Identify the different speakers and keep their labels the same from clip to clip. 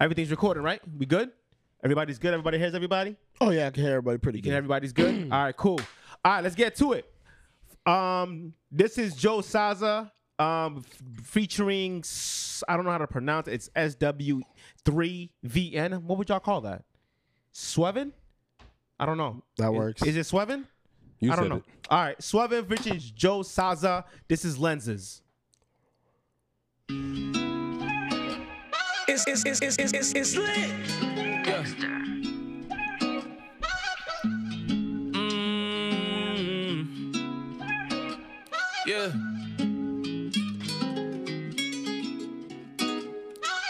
Speaker 1: Everything's recording, right? We good? Everybody's good. Everybody hears everybody.
Speaker 2: Oh yeah, I can hear everybody pretty
Speaker 1: Think
Speaker 2: good.
Speaker 1: everybody's good. All right, cool. All right, let's get to it. Um, this is Joe Saza, um, f- featuring S- I don't know how to pronounce it. It's S W three V N. What would y'all call that? Swevin? I don't know.
Speaker 2: That
Speaker 1: Is-
Speaker 2: works.
Speaker 1: Is, it Swevin?
Speaker 3: You
Speaker 1: I don't
Speaker 3: said
Speaker 1: know.
Speaker 3: it.
Speaker 1: All right, Swevin featuring Joe Saza. This is Lenses.
Speaker 4: It's, it's, it's, it's, it's, it's, it's lit. Yeah. Mm. Yeah.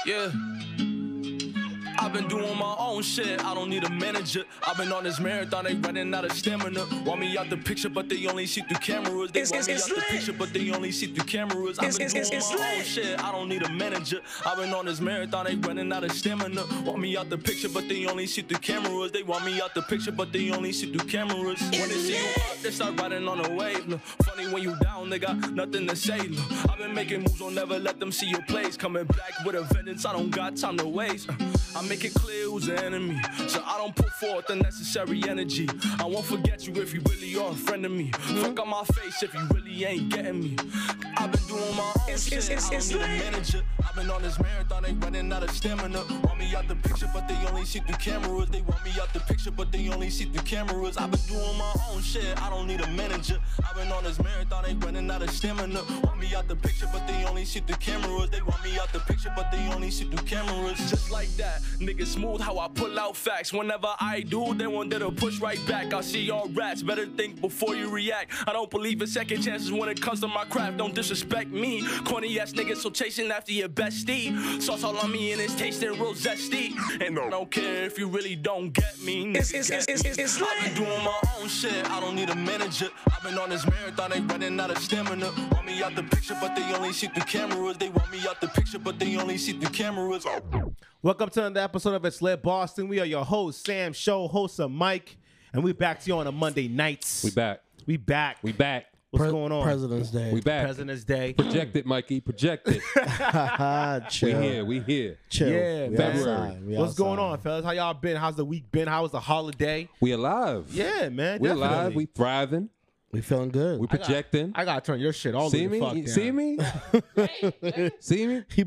Speaker 4: Yeah. I've been doing my own shit. I don't need a manager. I've been on this marathon, they running out of stamina. Want me out the picture, but they only see through cameras. They
Speaker 5: It's-
Speaker 4: want me
Speaker 5: it's-
Speaker 4: out the
Speaker 5: it's lit.
Speaker 4: picture, but they only see through cameras. I've
Speaker 5: It's-
Speaker 4: been
Speaker 5: it's-
Speaker 4: doing
Speaker 5: it's- it's
Speaker 4: my own
Speaker 5: lit.
Speaker 4: shit. I don't need a manager. I've been on this marathon, they running out of stamina. Want me out the picture, but they only see through cameras. They want me out the picture, but they only see through cameras. When they see you up, they start riding on a wave. Look, funny when you down, they got nothing to say. Look, I've been making moves, don't never let them see your plays. Coming back with a vengeance, I don't got time to waste. Uh, I make it clear who's the enemy, so I don't put forth the necessary energy. I won't forget you if you really are a friend of me. Fuck on my face if you really ain't getting me. I've been doing my own
Speaker 5: It's-
Speaker 4: shit.
Speaker 5: it's- it's-
Speaker 4: I don't
Speaker 5: it's
Speaker 4: need a
Speaker 5: lit.
Speaker 4: manager. I've been on this marathon, they running out of stamina. Want me out the picture, but they only see through cameras. They want me out the picture, but they only see through cameras. I've been doing my own shit, I don't need a manager. I've been on this marathon, they running out of stamina. Want me out the picture, but they only see through cameras. They want me out the picture, but they only see through cameras. Just like that, nigga smooth how I pull out facts. Whenever I do, they want to push right back. I see y'all rats, better think before you react. I don't believe in second chances when it comes to my craft. Don't disrespect me. Corny ass niggas, so chasing after your bestie. Sauce all on me and it's tasting real zesty. And I don't care if you really don't get me. Nigga,
Speaker 5: It's- it's-
Speaker 4: get
Speaker 5: it's-
Speaker 4: me.
Speaker 5: it's- it's
Speaker 4: I've been
Speaker 5: lit.
Speaker 4: doing my own shit. I don't need a manager. I've been on this marathon, they running out of stamina. Want me out the picture, but they only see through cameras. They want me out the picture, but they only see through cameras.
Speaker 1: Welcome to another episode of It's Lit Boston. We are your host, Sam Show, host of Mike, and we back to you on a Monday nights.
Speaker 3: We back.
Speaker 1: We back.
Speaker 3: We back.
Speaker 1: What's
Speaker 2: Pre-
Speaker 1: going on?
Speaker 2: President's Day.
Speaker 3: We back.
Speaker 1: President's Day.
Speaker 3: Project it, Mikey. Project it.
Speaker 2: Ah,
Speaker 3: we
Speaker 2: chill.
Speaker 3: here. We here.
Speaker 2: Chill.
Speaker 1: Yeah,
Speaker 2: we
Speaker 1: man.
Speaker 2: outside, we
Speaker 1: What's
Speaker 2: outside.
Speaker 1: going on, fellas? How y'all been? How's the week been? How was the holiday?
Speaker 3: We alive.
Speaker 1: Yeah, man.
Speaker 3: We
Speaker 1: definitely.
Speaker 3: alive. We thriving.
Speaker 2: We feeling good.
Speaker 3: We projecting.
Speaker 1: I gotta turn your shit all
Speaker 3: see
Speaker 1: the
Speaker 3: me?
Speaker 1: fuck
Speaker 3: You
Speaker 1: down.
Speaker 3: See me? See me?
Speaker 2: he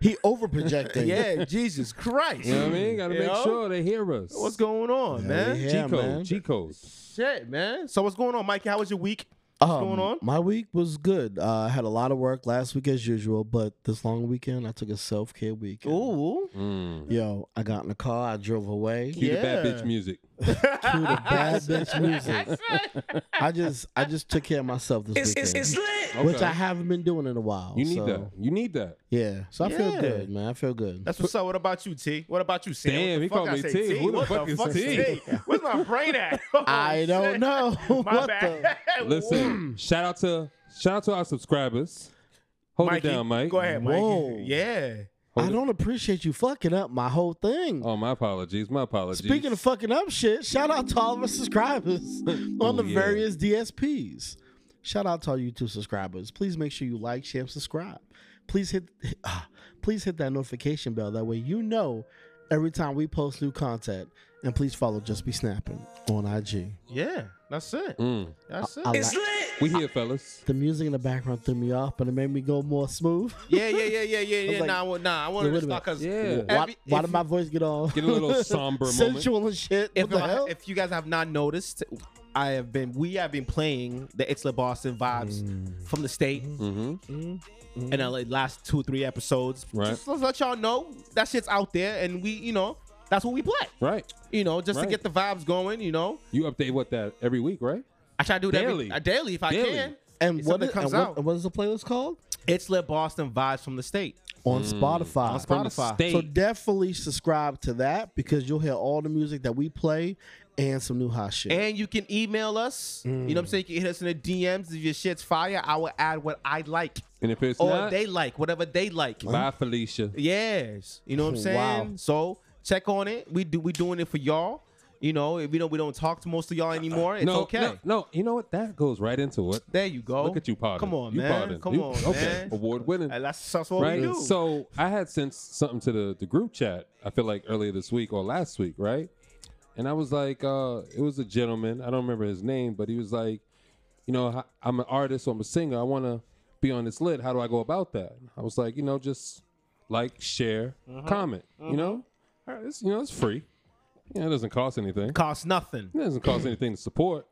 Speaker 2: he over projecting.
Speaker 1: Yeah, Jesus Christ.
Speaker 3: You know what I mean? Gotta
Speaker 1: You
Speaker 3: make
Speaker 1: know?
Speaker 3: sure they hear us.
Speaker 1: What's going on, man?
Speaker 2: we
Speaker 3: G
Speaker 2: here.
Speaker 3: code.
Speaker 2: man.
Speaker 3: G code.
Speaker 1: Shit, man. So what's going on, Mikey? How was your week?
Speaker 2: What's
Speaker 1: going on?
Speaker 2: Um, My week was good. Uh, I had a lot of work last week as usual, but this long weekend I took a self care week.
Speaker 1: Ooh.
Speaker 3: Mm.
Speaker 2: Yo, I got in the car. I drove away.
Speaker 3: Cue the bad
Speaker 1: Yeah.
Speaker 3: bitch music.
Speaker 2: to the bad bitch music. I just I just took care of myself this
Speaker 5: It's,
Speaker 2: weekend,
Speaker 5: it's, it's lit.
Speaker 3: Okay.
Speaker 2: which I haven't been doing in a while.
Speaker 3: You need
Speaker 2: so,
Speaker 3: that. You need that.
Speaker 2: Yeah, so I
Speaker 1: Yeah.
Speaker 2: feel good, man. I feel good.
Speaker 1: That's what's up. What about you, T? What about you, Sam?
Speaker 3: Damn,
Speaker 1: What the
Speaker 3: he
Speaker 1: fuck
Speaker 3: called
Speaker 1: I
Speaker 3: me
Speaker 1: say,
Speaker 3: T. Who the
Speaker 1: What
Speaker 3: fuck is T?
Speaker 1: Where's my brain at?
Speaker 2: I don't
Speaker 1: oh, Shit.
Speaker 2: know.
Speaker 1: My
Speaker 2: what
Speaker 1: bad.
Speaker 3: Listen, shout out to shout out to our subscribers. Hold
Speaker 1: Mikey,
Speaker 3: it down, Mike.
Speaker 1: Go ahead, Mikey.
Speaker 2: Whoa.
Speaker 1: Yeah.
Speaker 2: the? I
Speaker 3: it-
Speaker 2: don't appreciate you fucking up my whole thing.
Speaker 3: Oh, my apologies. My apologies.
Speaker 2: Speaking of fucking up shit, shout out to all of our subscribers on
Speaker 3: Oh,
Speaker 2: the
Speaker 3: yeah.
Speaker 2: various DSPs. Shout out to all YouTube subscribers. Please make sure you like, share, and subscribe. Please hit, ah, please hit that notification bell. That way you know every time we post new content. And please follow Just Be Snapping on IG.
Speaker 1: Yeah. That's it.
Speaker 3: Mm.
Speaker 1: That's it.
Speaker 2: I
Speaker 5: It's
Speaker 2: like-
Speaker 5: lit.
Speaker 3: we here, fellas.
Speaker 2: the music in the background threw me off, but it made me go more smooth.
Speaker 1: Yeah, yeah, yeah, yeah, yeah, yeah.
Speaker 2: like,
Speaker 1: nah, I wa- nah, I wanted
Speaker 2: wait
Speaker 1: to
Speaker 2: a
Speaker 1: stop
Speaker 2: minute.
Speaker 1: because
Speaker 3: Yeah.
Speaker 2: Why,
Speaker 1: Every-
Speaker 2: why
Speaker 1: if
Speaker 2: did
Speaker 1: you-
Speaker 2: my voice get all
Speaker 3: Get a little somber moment.
Speaker 2: sensual and shit?
Speaker 1: if,
Speaker 2: what the
Speaker 1: I-
Speaker 2: hell?
Speaker 1: if you guys have not noticed, I have been we have been playing the It's La Boston vibes from the state
Speaker 3: Mm. Mm-hmm.
Speaker 1: in the like, last two three episodes.
Speaker 3: Right.
Speaker 1: Just to let y'all know that shit's out there, and we you know that's what we play.
Speaker 3: Right.
Speaker 1: You know, just
Speaker 3: Right.
Speaker 1: to get the vibes going. You know,
Speaker 3: You update what that every week, right?
Speaker 1: I try to do it
Speaker 3: Daily.
Speaker 1: every, uh, daily if I
Speaker 3: Daily.
Speaker 1: can.
Speaker 2: and, what
Speaker 1: something
Speaker 2: is,
Speaker 1: comes
Speaker 2: and what-
Speaker 1: out.
Speaker 2: and what is the playlist called?
Speaker 3: Mm.
Speaker 1: It's La Boston vibes from the state.
Speaker 2: On Spotify.
Speaker 1: On
Speaker 3: From the
Speaker 1: Spotify.
Speaker 3: state.
Speaker 2: So definitely subscribe to that because you'll hear all the music that we play and some new hot shit.
Speaker 1: And you can email us. You
Speaker 2: Mm.
Speaker 1: know what I'm saying? You can hit us in the DMs. If your shit's fire, I will add what I like
Speaker 3: and if it's
Speaker 1: or
Speaker 3: not,
Speaker 1: Oh, they like, whatever they like.
Speaker 3: bye, Felicia.
Speaker 1: Yes, you know what I'm saying.
Speaker 2: Wow.
Speaker 1: So check on it. We do we doing it for y'all. You know, if you know we don't talk to most of y'all anymore, it's
Speaker 3: no,
Speaker 1: okay.
Speaker 3: No, no, you know what? That goes right into it.
Speaker 1: There you go.
Speaker 3: Look at you, Potter.
Speaker 1: Come on,
Speaker 3: you
Speaker 1: man.
Speaker 3: Potter.
Speaker 1: Come
Speaker 3: You-
Speaker 1: on,
Speaker 3: Okay,
Speaker 1: man.
Speaker 3: award winning.
Speaker 1: And that's, that's what
Speaker 3: right?
Speaker 1: we do.
Speaker 3: So I had sent something to the, the group chat. I feel like earlier this week or last week, right? And I was like, uh, it was a gentleman. I don't remember his name, but he was like, you know, h- I'm an artist. So I'm a singer. I want to be on this lid. How do I go about that? I was like, you know, just like, share,
Speaker 1: Mm-hmm.
Speaker 3: comment. You know, All right, it's, you know, it's free. You know, it doesn't cost anything.
Speaker 1: costs nothing.
Speaker 3: It doesn't cost anything to support.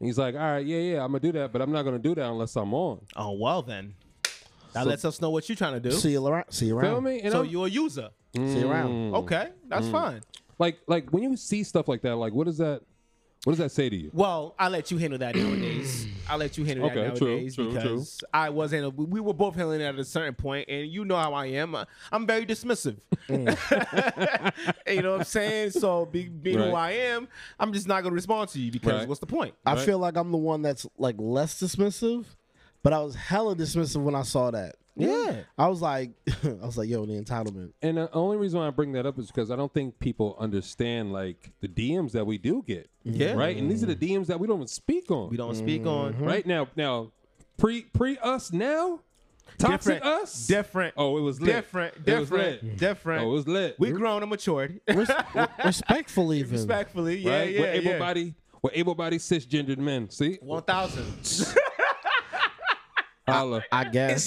Speaker 3: And he's like, all right, yeah, yeah, I'm gonna do that, but I'm not gonna do that unless I'm on.
Speaker 1: Oh well, then that
Speaker 3: So-
Speaker 1: lets us know what you're trying to do.
Speaker 2: See you around. See you
Speaker 3: Feel
Speaker 2: around.
Speaker 3: me? And
Speaker 1: Uh, so
Speaker 3: I'm-
Speaker 1: you're a user.
Speaker 2: See you around.
Speaker 3: Mm,
Speaker 1: Okay, that's fine.
Speaker 3: like like when you see stuff like that like what does that what does that say to you
Speaker 1: Well, I let you handle that nowadays. I let you handle that
Speaker 3: Okay, true,
Speaker 1: nowadays
Speaker 3: true, true.
Speaker 1: because I wasn't. We we were both handling it at a certain point, and you know how I am. I- I'm very dismissive. you know what I'm saying? So be, being who
Speaker 3: Mm. Right.
Speaker 1: I am, I'm just not gonna respond to you because
Speaker 3: Right.
Speaker 1: what's the point?
Speaker 2: I
Speaker 3: Right.
Speaker 2: feel like I'm the one that's like less dismissive, but I was hella dismissive when I saw that.
Speaker 1: Yeah.
Speaker 2: I was like, I was like, yo, the entitlement.
Speaker 3: and the only reason why i bring that up is because i don't think people understand like the dms that we do get
Speaker 1: Yeah.
Speaker 3: right and these are the dms that we don't even speak on
Speaker 1: We don't speak on
Speaker 3: right now now pre pre us now toxic
Speaker 1: different
Speaker 3: us
Speaker 1: Different.
Speaker 3: oh it was lit.
Speaker 1: different.
Speaker 3: It was
Speaker 1: Different.
Speaker 3: lit.
Speaker 1: Different.
Speaker 3: oh it was lit
Speaker 1: we grown and matured.
Speaker 2: Respectful, even.
Speaker 1: Respectfully, yeah,
Speaker 3: right
Speaker 1: yeah,
Speaker 3: we're
Speaker 1: yeah.
Speaker 3: able-bodied we're able-bodied cisgendered men see
Speaker 1: One thousand.
Speaker 3: holla
Speaker 2: I guess.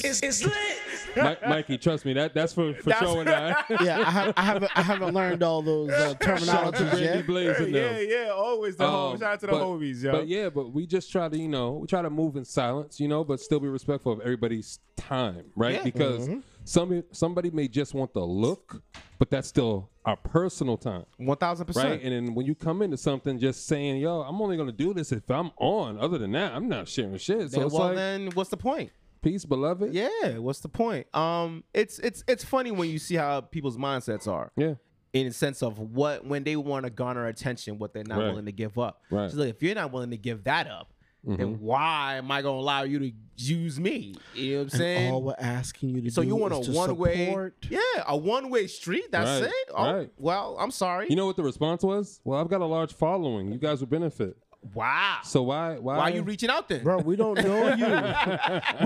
Speaker 3: Mi- mikey trust me that that's for for
Speaker 1: That's-
Speaker 3: showing that
Speaker 2: yeah, I, have, I haven't. I haven't learned all those uh,
Speaker 3: shout out to
Speaker 2: terminologies
Speaker 3: brandy
Speaker 2: yet.
Speaker 3: blaze and them.
Speaker 1: Yeah, yeah, always the
Speaker 3: Um,
Speaker 1: homies. Shout out to the
Speaker 3: but-
Speaker 1: homies, yo.
Speaker 3: But yeah, but we just try to, you know, we try to move in silence, you know, but still be respectful of everybody's time, right?
Speaker 1: Yeah. Mm-hmm.
Speaker 3: Because some somebody may just want the look, but that's still our personal time,
Speaker 1: One thousand percent.
Speaker 3: right? And then when you come into something, just saying, "Yo, I'm only gonna do this if I'm on." Other than that, I'm not sharing shit. So
Speaker 1: Then-
Speaker 3: it's
Speaker 1: well,
Speaker 3: like,
Speaker 1: then what's the point?
Speaker 3: peace, beloved.
Speaker 1: Yeah, what's the point? Um, it's it's it's funny when you see how people's mindsets are
Speaker 3: yeah.
Speaker 1: in the sense of what when they want to garner attention, what they're not
Speaker 3: Right.
Speaker 1: willing to give up.
Speaker 3: Right. Mm-hmm.
Speaker 1: So if you're not willing to give that up, then why am I gonna allow you to use me? You know what I'm saying?
Speaker 2: All we're asking you to
Speaker 1: so
Speaker 2: do
Speaker 1: you want
Speaker 2: is
Speaker 1: a
Speaker 2: to
Speaker 1: one way,
Speaker 2: support.
Speaker 1: yeah, a one way street. That's
Speaker 3: Right,
Speaker 1: it. Oh,
Speaker 3: right.
Speaker 1: Well, I'm sorry.
Speaker 3: You know what the response was? Well, I've got a large following. You guys would benefit.
Speaker 1: wow.
Speaker 3: So why why,
Speaker 1: why are you reaching out then?
Speaker 2: bro. We don't know you.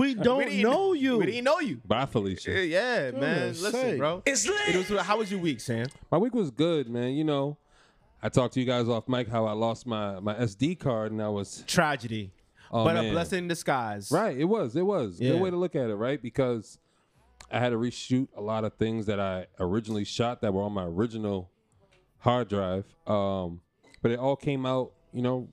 Speaker 2: we
Speaker 1: We
Speaker 2: don't
Speaker 1: didn't-
Speaker 2: know you.
Speaker 1: We didn't know you.
Speaker 3: Bye, Felicia.
Speaker 1: Yeah, yeah, man.
Speaker 2: Goodness
Speaker 1: Listen,
Speaker 2: sake.
Speaker 1: bro. It's lit. It was, how was your week, Sam?
Speaker 3: My week was good, man. You know, I talked to you guys off mic how I lost my my SD card and I was
Speaker 1: Tragedy,
Speaker 3: Oh,
Speaker 1: but a
Speaker 3: man.
Speaker 1: blessing in disguise.
Speaker 3: right. It was. It was
Speaker 1: Yeah.
Speaker 3: good way to look at it, right? Because I had to reshoot a lot of things that I originally shot that were on my original hard drive, um, but it all came out. You know,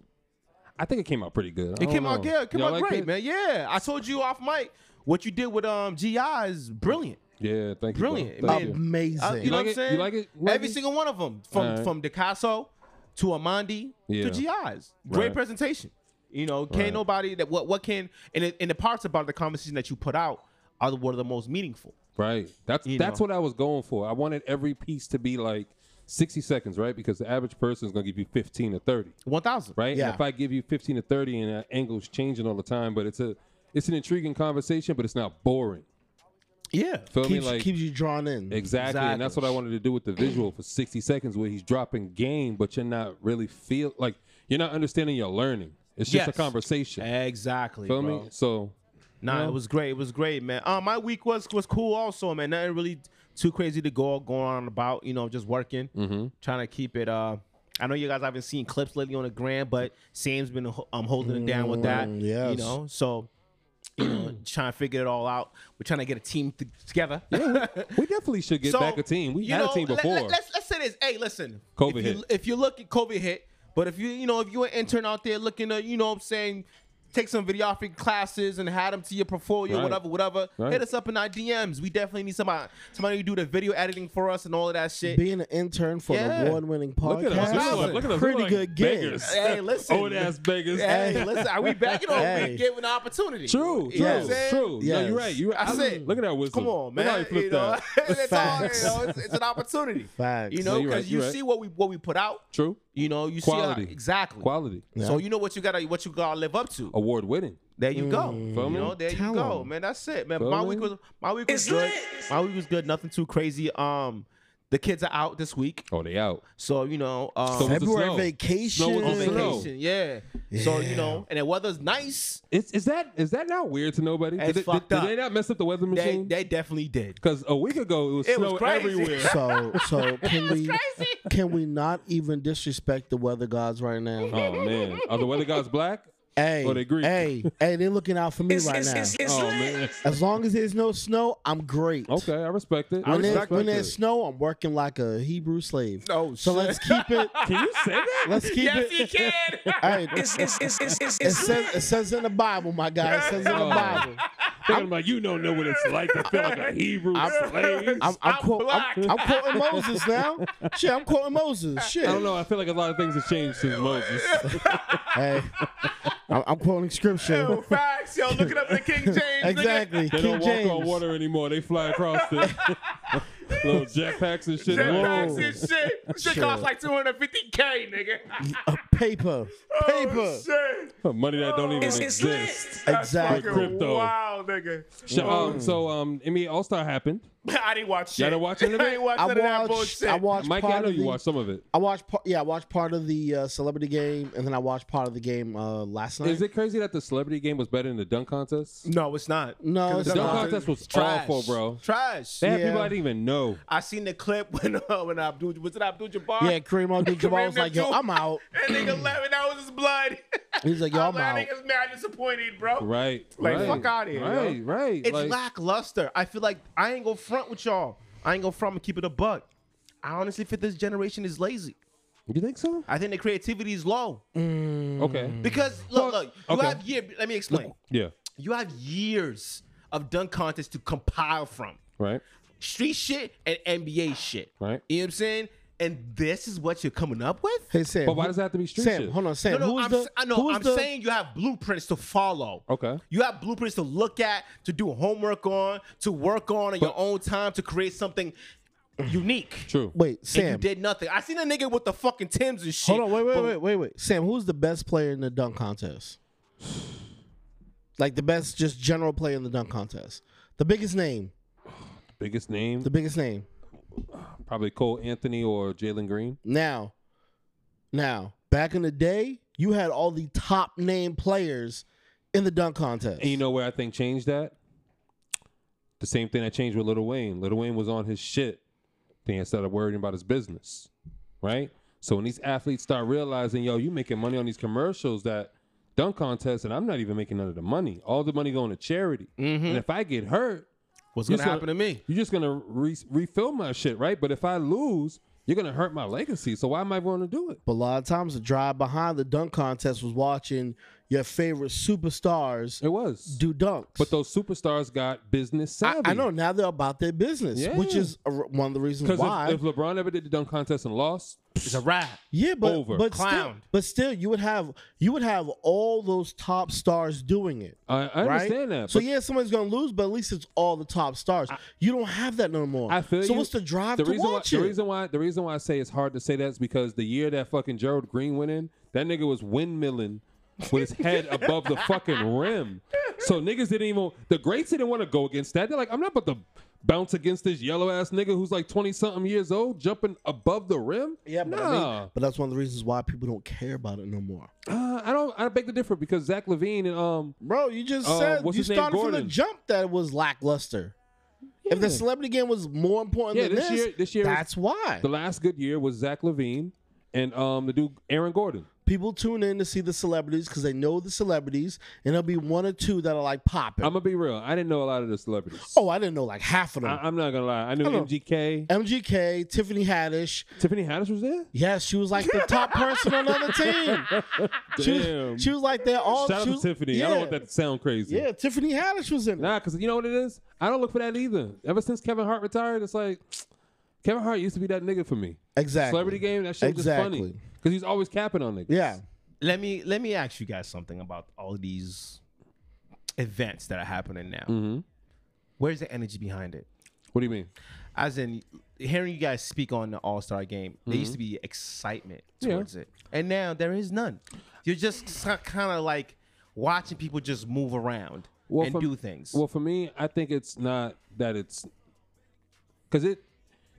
Speaker 3: I think it came out pretty good. I
Speaker 1: It
Speaker 3: don't
Speaker 1: came out
Speaker 3: know.
Speaker 1: good. It came
Speaker 3: Y'all
Speaker 1: out
Speaker 3: liked
Speaker 1: great,
Speaker 3: it?
Speaker 1: man. Yeah, I told you off mic. What you did with um GI is brilliant.
Speaker 3: Yeah, thank
Speaker 1: Brilliant,
Speaker 3: you. bro. Thank
Speaker 1: man.
Speaker 3: you.
Speaker 2: Amazing.
Speaker 1: Uh, you know
Speaker 3: like
Speaker 1: what I'm
Speaker 3: it?
Speaker 1: saying?
Speaker 3: You like it, Mikey?
Speaker 1: Every single one of them, from
Speaker 3: All right.
Speaker 1: from Picasso to Amandi
Speaker 3: Yeah.
Speaker 1: to GIs. Great
Speaker 3: Right.
Speaker 1: presentation. You know, can't
Speaker 3: Right.
Speaker 1: nobody that what what can and it, and the parts about the conversation that you put out are the were the most meaningful.
Speaker 3: Right. That's
Speaker 1: You
Speaker 3: that's
Speaker 1: know.
Speaker 3: what I was going for. I wanted every piece to be like sixty seconds, right? Because the average person is gonna give you fifteen to thirty.
Speaker 1: One thousand.
Speaker 3: right?
Speaker 2: Yeah.
Speaker 3: And if I give you 15 to 30 and that angle's changing all the time, but it's a it's an intriguing conversation, but it's not boring.
Speaker 1: Yeah.
Speaker 3: Feel me?
Speaker 2: keeps,
Speaker 3: Like
Speaker 2: keeps you drawn in.
Speaker 3: exactly.
Speaker 1: Exactly.
Speaker 3: And that's what I wanted to do with the visual for 60 seconds where he's dropping game, but you're not really feel like you're not understanding you're learning. It's
Speaker 1: Yes.
Speaker 3: just a conversation.
Speaker 1: Exactly.
Speaker 3: Feel
Speaker 1: bro.
Speaker 3: me? So
Speaker 1: Nah,
Speaker 3: know?
Speaker 1: it was great. It was great, man. Um, my week was was cool also, man. Nothing really too crazy to go going on about. You know, just working,
Speaker 2: Mm-hmm.
Speaker 1: trying to keep it. Uh, I know you guys haven't seen clips lately on the gram, but Sam's been ho- um holding it down with that.
Speaker 2: Mm, yes.
Speaker 1: you know, so you know, trying to figure it all out. We're trying to get a team t- together.
Speaker 3: we definitely should get
Speaker 1: So,
Speaker 3: back a team. We
Speaker 1: you
Speaker 3: had
Speaker 1: know,
Speaker 3: a team
Speaker 1: let-
Speaker 3: before.
Speaker 1: Let, us let's say this. Hey, listen.
Speaker 3: COVID
Speaker 1: if you,
Speaker 3: hit.
Speaker 1: If you're looking, COVID hit. But if you, you know, if you're an intern out there looking to, you know what I'm saying, take some videography classes and add them to your portfolio,
Speaker 3: Right.
Speaker 1: whatever, whatever,
Speaker 3: Right.
Speaker 1: hit us up in our DMs. We definitely need somebody, somebody to do the video editing for us and all of that shit.
Speaker 2: Being an intern for
Speaker 1: Yeah.
Speaker 2: an award-winning
Speaker 3: Look at us.
Speaker 2: podcast,
Speaker 3: We look like- Look at us. We
Speaker 2: pretty
Speaker 3: look like
Speaker 2: good gig.
Speaker 3: beggars.
Speaker 1: Hey, listen.
Speaker 3: Old ass beggars.
Speaker 1: Hey, listen, are we back? You know,
Speaker 2: Hey.
Speaker 1: we gave an opportunity.
Speaker 3: True, true,
Speaker 1: You know what I'm saying?
Speaker 3: true. No,
Speaker 2: Yes.
Speaker 3: you're right. You're right.
Speaker 1: I said-
Speaker 3: look at that wisdom.
Speaker 1: Come on,
Speaker 3: Look how
Speaker 1: man.
Speaker 3: he flipped
Speaker 1: you know,
Speaker 3: that.
Speaker 1: it's, all, you
Speaker 2: Facts.
Speaker 1: know, it's, it's an opportunity.
Speaker 2: Facts.
Speaker 1: You know,
Speaker 3: No, you're
Speaker 1: because
Speaker 3: right,
Speaker 1: you
Speaker 3: you're right.
Speaker 1: see what we what we put out.
Speaker 3: True.
Speaker 1: You know, you see
Speaker 3: Quality.
Speaker 1: how, exactly
Speaker 3: Quality.
Speaker 1: So you know what you gotta what you gotta live up to.
Speaker 3: Award winning.
Speaker 1: There you go.
Speaker 3: Oh. Mm. Feel
Speaker 1: You
Speaker 3: me?
Speaker 1: know, there you
Speaker 2: Tell
Speaker 1: go,
Speaker 2: 'em.
Speaker 1: man. That's it, man.
Speaker 3: Feel
Speaker 1: my
Speaker 3: me?
Speaker 1: week was my week was good. My week was good. Nothing too crazy. Um, The kids are out this week,
Speaker 3: Oh, they out.
Speaker 1: so you know. Um,
Speaker 3: So It was the
Speaker 2: February
Speaker 3: snow.
Speaker 2: vacation.
Speaker 3: Snow was
Speaker 1: on
Speaker 3: the snow.
Speaker 1: vacation, yeah. So you
Speaker 2: Yeah.
Speaker 1: know, and the weather's nice.
Speaker 3: Is, is that is that not weird to nobody?
Speaker 1: It's
Speaker 3: Did, they-
Speaker 1: fucked
Speaker 3: did
Speaker 1: up.
Speaker 3: they not mess up the weather
Speaker 1: They
Speaker 3: machine?
Speaker 1: they definitely did.
Speaker 3: Because a week ago it was
Speaker 1: It was
Speaker 3: snow
Speaker 1: crazy.
Speaker 3: everywhere.
Speaker 2: So so can we can we not even disrespect the weather gods right now?
Speaker 3: oh man, are the weather gods black?
Speaker 2: hey,
Speaker 3: oh, they Greek.
Speaker 2: hey, hey, they're looking out for me right now.
Speaker 3: Oh man.
Speaker 2: as long as there's no snow, I'm great.
Speaker 3: Okay, I respect it. I
Speaker 2: When, there's,
Speaker 3: respect
Speaker 2: when
Speaker 3: it.
Speaker 2: there's snow, I'm working like a Hebrew slave.
Speaker 1: Oh,
Speaker 2: so let's keep it.
Speaker 3: Can you say that?
Speaker 2: Let's keep it.
Speaker 1: can.
Speaker 2: Hey, it says it says in the Bible, my guy. It says in the
Speaker 3: Oh.
Speaker 2: Bible.
Speaker 3: I'm like, you don't know what it's like to feel like a Hebrew
Speaker 2: I'm-
Speaker 3: slave.
Speaker 2: I'm, I'm,
Speaker 1: I'm
Speaker 2: quote,
Speaker 1: black.
Speaker 2: I'm, I'm quoting Moses now. Shit, I'm quoting Moses. Shit.
Speaker 3: I don't know. I feel like a lot of things have changed since Moses.
Speaker 2: Hey, I'm, I'm quoting scripture.
Speaker 1: facts, yo. Looking up the King James. nigga.
Speaker 2: exactly. King
Speaker 3: They don't walk on
Speaker 2: James.
Speaker 3: water anymore. They fly across the little jetpacks and shit.
Speaker 2: Jetpacks
Speaker 3: Whoa.
Speaker 2: and
Speaker 1: shit. Shit
Speaker 2: costs
Speaker 1: like 250k, nigga.
Speaker 2: Paper. Paper.
Speaker 1: Oh, shit.
Speaker 3: Money that don't even exist.
Speaker 2: exactly.
Speaker 3: fucking Crypto.
Speaker 1: Wow, nigga.
Speaker 3: So, um, so um, NBA All Star happened.
Speaker 1: I didn't watch shit.
Speaker 3: Y'all didn't watch any of it?
Speaker 1: I didn't watch
Speaker 2: I
Speaker 1: none of that
Speaker 2: watched.
Speaker 1: bullshit.
Speaker 2: I watched
Speaker 3: Mikey, I
Speaker 2: part
Speaker 3: know
Speaker 2: of
Speaker 3: you
Speaker 2: the,
Speaker 3: watched some of it.
Speaker 2: I watched part. Yeah, I watched part of the uh, celebrity game, and then I watched part of the game uh, last night.
Speaker 3: Is it crazy that the celebrity game was better than the dunk contest?
Speaker 1: No, it's not.
Speaker 2: No,
Speaker 1: 'Cause
Speaker 2: it's
Speaker 1: the
Speaker 2: not.
Speaker 1: dunk
Speaker 3: Contest was
Speaker 1: trash.
Speaker 3: awful, bro.
Speaker 1: Trash.
Speaker 3: They had
Speaker 2: Yeah.
Speaker 3: people I didn't even know.
Speaker 1: I seen the clip when uh, when Abdul was it Abdul Jabbar?
Speaker 2: yeah, Kareem Abdul-Jabbar was like, "Yo, I'm out."
Speaker 1: That nigga left and that was his blood.
Speaker 2: He's like, "Yo,
Speaker 1: I
Speaker 2: I'm
Speaker 1: was like,
Speaker 2: out."
Speaker 1: that nigga's mad disappointed, bro.
Speaker 3: Right.
Speaker 1: Like,
Speaker 3: right,
Speaker 1: fuck outta here, yo.
Speaker 3: Right. Right.
Speaker 1: It's
Speaker 3: like,
Speaker 1: lackluster. I feel like I ain't gonna front with y'all. I ain't gonna front and keep it a buck. I honestly feel this generation is lazy.
Speaker 3: you think so?
Speaker 1: I think the creativity is low Mm.
Speaker 2: Mm-hmm.
Speaker 3: Okay.
Speaker 1: because look, look, you
Speaker 3: okay.
Speaker 1: have year. Let me explain.
Speaker 3: Yeah.
Speaker 1: You have years of dunk contests to compile from
Speaker 3: Right.
Speaker 1: street shit and NBA shit.
Speaker 3: Right.
Speaker 1: You know what I'm saying? And this is what you're coming up with.
Speaker 2: Hey Sam,
Speaker 3: But why
Speaker 2: who-
Speaker 3: does that have to be street
Speaker 2: Sam,
Speaker 3: shit?
Speaker 2: hold on,
Speaker 1: No,
Speaker 2: Sam.
Speaker 1: no,
Speaker 2: who's
Speaker 1: I'm,
Speaker 2: the?
Speaker 1: s- I know.
Speaker 2: who's
Speaker 1: I'm
Speaker 2: the,
Speaker 1: saying you have blueprints to follow.
Speaker 3: Okay.
Speaker 1: You have blueprints to look at, to do homework on, to work on in your own time to create something unique.
Speaker 3: True.
Speaker 1: And
Speaker 2: Wait,
Speaker 1: you
Speaker 2: Sam.
Speaker 1: did nothing. I seen a nigga with the fucking Timbs and shit.
Speaker 2: Hold on, wait, wait,
Speaker 1: but-
Speaker 2: wait, wait, wait. Sam, who's the best player in the dunk contest? Like the best, just general player in the dunk contest. The biggest name.
Speaker 3: Biggest name,
Speaker 2: The biggest name.
Speaker 3: probably Cole Anthony or Jalen Green.
Speaker 2: Now, now, back in the day, you had all the top name players in the dunk contest.
Speaker 3: And you know where I think changed that? The same thing that changed with Lil Wayne. Lil Wayne was on his shit. Then instead of worrying about his business, right? So when these athletes start realizing, yo, you making money on these commercials that dunk contests, and I'm not even making none of the money. All the money going to charity. And if I get hurt,
Speaker 1: What's
Speaker 3: You
Speaker 1: gonna
Speaker 3: saw-
Speaker 1: happen to me?
Speaker 3: you're just gonna re- refill my shit, right? But if I lose, you're gonna hurt my legacy. So why am I going to do it?
Speaker 2: but a lot of times the drive behind the dunk contest was watching your favorite superstars
Speaker 3: It was.
Speaker 2: do dunks.
Speaker 3: But those superstars got business
Speaker 2: I,
Speaker 3: savvy.
Speaker 2: I know now they're about their business,
Speaker 3: Yeah.
Speaker 2: which is a, one of the reasons why.
Speaker 3: Because if, if LeBron ever did the dunk contest and lost,
Speaker 1: It's a rap.
Speaker 2: Yeah, but
Speaker 3: Over.
Speaker 2: but still,
Speaker 1: Clowned.
Speaker 2: but still, you would have you would have all those top stars doing it.
Speaker 3: I, I
Speaker 2: Right?
Speaker 3: understand that.
Speaker 2: so
Speaker 3: Uh, but
Speaker 2: yeah, somebody's gonna lose, but at least it's all the top stars. you don't have that no more.
Speaker 3: I feel
Speaker 2: so
Speaker 3: you.
Speaker 2: what's the drive
Speaker 3: The
Speaker 2: to
Speaker 3: reason
Speaker 2: watch it?
Speaker 3: why, The reason why the reason why I say it's hard to say that is because the year that fucking Gerald Green went in, that nigga was windmilling with his head above the fucking rim. So niggas didn't even the greats didn't want to go against that. They're like, I'm not about to bounce against this yellow ass nigga who's like twenty something years old jumping above the rim.
Speaker 2: yeah, but, I
Speaker 3: nah.
Speaker 2: mean, but that's one of the reasons why people don't care about it no more.
Speaker 3: Uh, I don't I beg to differ because Zach Levine and um
Speaker 2: Bro, you just
Speaker 3: Uh,
Speaker 2: said
Speaker 3: what's
Speaker 2: you
Speaker 3: his name,
Speaker 2: started from the
Speaker 3: Gordon?
Speaker 2: jump that was lackluster. If the celebrity game was more important
Speaker 3: Yeah,
Speaker 2: than
Speaker 3: this
Speaker 2: this,
Speaker 3: year- this year was-
Speaker 2: that's why
Speaker 3: the last good year was Zach Levine and um the dude Aaron Gordon.
Speaker 2: people tune in to see the celebrities because they know the celebrities, and there'll be one or two that are like popping.
Speaker 3: I'm gonna be real. I didn't know a lot of the celebrities.
Speaker 2: Oh, I didn't know like half of them.
Speaker 3: I, am not gonna lie. I knew
Speaker 2: Hello.
Speaker 3: MGK.
Speaker 2: MGK, Tiffany Haddish.
Speaker 3: Tiffany Haddish was there.
Speaker 2: Yes, she was like the top person on the other team. She
Speaker 3: Damn.
Speaker 2: was, she was like that all.
Speaker 3: Shout out
Speaker 2: she
Speaker 3: to
Speaker 2: was-
Speaker 3: Tiffany.
Speaker 2: Oh, Yeah,
Speaker 3: I don't want that to sound crazy.
Speaker 2: Yeah, Tiffany Haddish was in it.
Speaker 3: Nah, because you know what it is? I don't look for that either. Ever since Kevin Hart retired, it's like Kevin Hart used to be that nigga for me.
Speaker 2: Exactly.
Speaker 3: Celebrity game, that shit was just funny.
Speaker 2: Exactly.
Speaker 3: Because he's always capping on niggas.
Speaker 2: Yeah.
Speaker 1: Let me let me ask you guys something about all these events that are happening now.
Speaker 2: Mm-hmm.
Speaker 1: Where's the energy behind it?
Speaker 3: What do you mean?
Speaker 1: As in hearing you guys speak on the All Star game, there used to
Speaker 2: Mm-hmm.
Speaker 1: be excitement
Speaker 3: Yeah.
Speaker 1: towards it, and now there is none. You're just kind of like watching people just move around
Speaker 3: Well,
Speaker 1: and
Speaker 3: for-
Speaker 1: do things.
Speaker 3: Well, for me, I think it's not that it's because it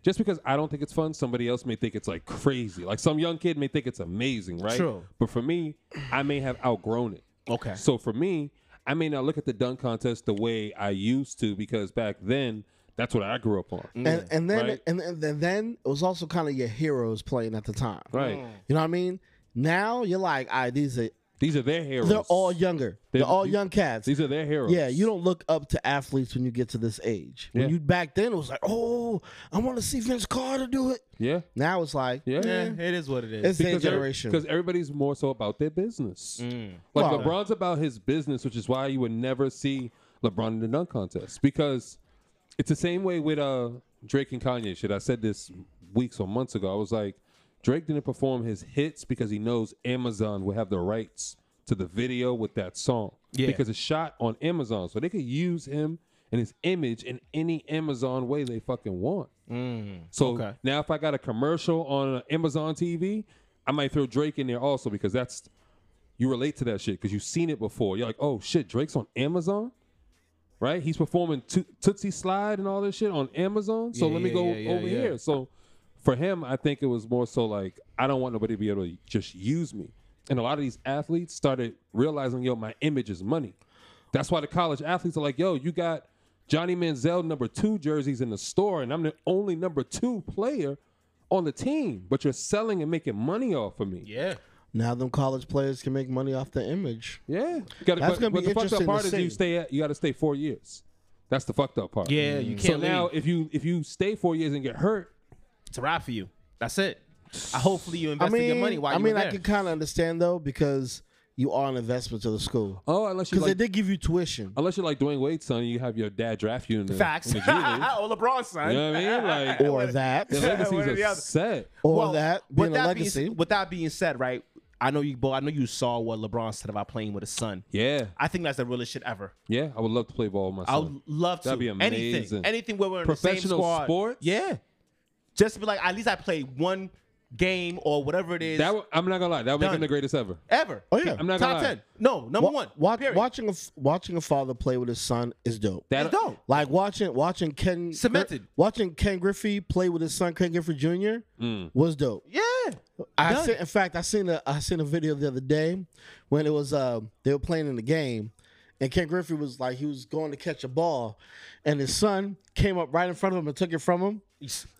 Speaker 3: just because I don't think it's fun, somebody else may think it's like crazy. Like some young kid may think it's amazing, right?
Speaker 1: True.
Speaker 3: But for me, I may have outgrown it.
Speaker 1: Okay.
Speaker 3: So for me, I may not look at the dunk contest the way I used to because back then that's what I grew up on.
Speaker 2: and and then
Speaker 3: Mm, Right.
Speaker 2: and, and then- then it was also kind of your heroes playing at the time.
Speaker 3: Right.
Speaker 2: You know what I mean? Now you're like, all right, these are
Speaker 3: These are their heroes.
Speaker 2: they're all younger. They're,
Speaker 3: They're-
Speaker 2: all
Speaker 3: these-
Speaker 2: young cats.
Speaker 3: These are their heroes.
Speaker 2: Yeah, you don't look up to athletes when you get to this age. When
Speaker 3: Yeah.
Speaker 2: you back then, it was like, oh, I want to see Vince Carter do it.
Speaker 3: Yeah.
Speaker 2: Now it's like,
Speaker 3: Yeah.
Speaker 1: Yeah, Eh, it is what it is.
Speaker 2: it's their
Speaker 3: every-
Speaker 2: generation.
Speaker 3: because everybody's more so about their business. Like
Speaker 2: Well-
Speaker 3: LeBron's about his business, which is why you would never see LeBron in the dunk contest because it's the same way with uh Drake and Kanye shit. I said this weeks or months ago. I was like, Drake didn't perform his hits because he knows Amazon will have the rights to the video with that song
Speaker 1: Yeah.
Speaker 3: because it's shot on Amazon, so they could use him and his image in any Amazon way they fucking want. So
Speaker 1: Mm, Okay.
Speaker 3: now if I got a commercial on uh, Amazon TV, I might throw Drake in there also because that's you relate to that shit because you've seen it before. You're like, oh shit, Drake's on Amazon, right? He's performing to- Tootsie Slide and all this shit on Amazon. So
Speaker 1: Yeah,
Speaker 3: let me
Speaker 1: yeah,
Speaker 3: go
Speaker 1: yeah, yeah,
Speaker 3: over
Speaker 1: yeah.
Speaker 3: here. So for him, I think it was more so like I don't want nobody to be able to just use me. And a lot of these athletes started realizing, yo, my image is money. That's why the college athletes are like, yo, you got Johnny Manziel number two jerseys in the store, and I'm the only number two player on the team, but you're selling and making money off of me.
Speaker 1: Yeah.
Speaker 2: now them college players can make money off their image.
Speaker 3: Yeah, you gotta,
Speaker 2: That's
Speaker 3: but,
Speaker 2: gonna
Speaker 3: but
Speaker 2: be
Speaker 3: the fucked
Speaker 2: interesting
Speaker 3: up part
Speaker 2: to
Speaker 3: is you
Speaker 2: see.
Speaker 3: stay at, you got to stay four years. That's the fucked up part.
Speaker 1: Yeah, you
Speaker 3: So
Speaker 1: can't
Speaker 3: now
Speaker 1: now
Speaker 3: if you if you stay four years and get hurt,
Speaker 1: it's a wrap for you. That's it. I hopefully you
Speaker 2: I
Speaker 1: invested
Speaker 2: mean,
Speaker 1: your money while
Speaker 2: I
Speaker 1: you
Speaker 2: mean,
Speaker 1: were
Speaker 2: I
Speaker 1: there.
Speaker 2: can kind of understand though because you are an investment to the school
Speaker 3: oh, unless you
Speaker 2: because
Speaker 3: like,
Speaker 2: they did give you tuition.
Speaker 3: unless you're like Dwayne Wade's son, you have your dad draft you in the
Speaker 1: Facts.
Speaker 3: In the G League. you
Speaker 1: oh, LeBron son.
Speaker 3: know what I mean? Like
Speaker 2: Or that,
Speaker 3: the legacies
Speaker 1: One or the
Speaker 3: are
Speaker 1: other.
Speaker 3: set.
Speaker 2: or
Speaker 1: Well,
Speaker 2: that
Speaker 1: with
Speaker 2: being a
Speaker 1: that
Speaker 2: legacy.
Speaker 1: Being, with that being said, right? I know you, Bo. I know you saw what LeBron said about playing with his son.
Speaker 3: Yeah,
Speaker 1: I think that's the realest shit ever.
Speaker 3: yeah. I would love to play ball with my
Speaker 1: I
Speaker 3: son.
Speaker 1: would love to.
Speaker 3: That'd be amazing.
Speaker 1: Anything, anything where we're in the same
Speaker 3: Professional
Speaker 1: squad.
Speaker 3: sports?
Speaker 1: Yeah. Just be like, at least I played one game or whatever it is
Speaker 3: That would, I'm not gonna lie. That would make
Speaker 1: Done.
Speaker 3: him the greatest ever.
Speaker 1: ever.
Speaker 2: Oh, yeah.
Speaker 3: I'm not
Speaker 1: top
Speaker 3: gonna lie.
Speaker 1: ten. No, number
Speaker 2: Wa-
Speaker 1: one.
Speaker 2: wa-
Speaker 1: period.
Speaker 2: watching a f- watching a father play with his son is dope.
Speaker 3: That
Speaker 1: It's dope.
Speaker 2: Like watching watching Ken
Speaker 1: Cemented.
Speaker 2: watching Ken Griffey play with his son Ken Griffey Jr. was dope.
Speaker 1: Yeah.
Speaker 2: I
Speaker 1: Done.
Speaker 2: seen, in fact I seen a I seen a video the other day when it was uh, they were playing in the game and Ken Griffey was like he was going to catch a ball and his son came up right in front of him and took it from him.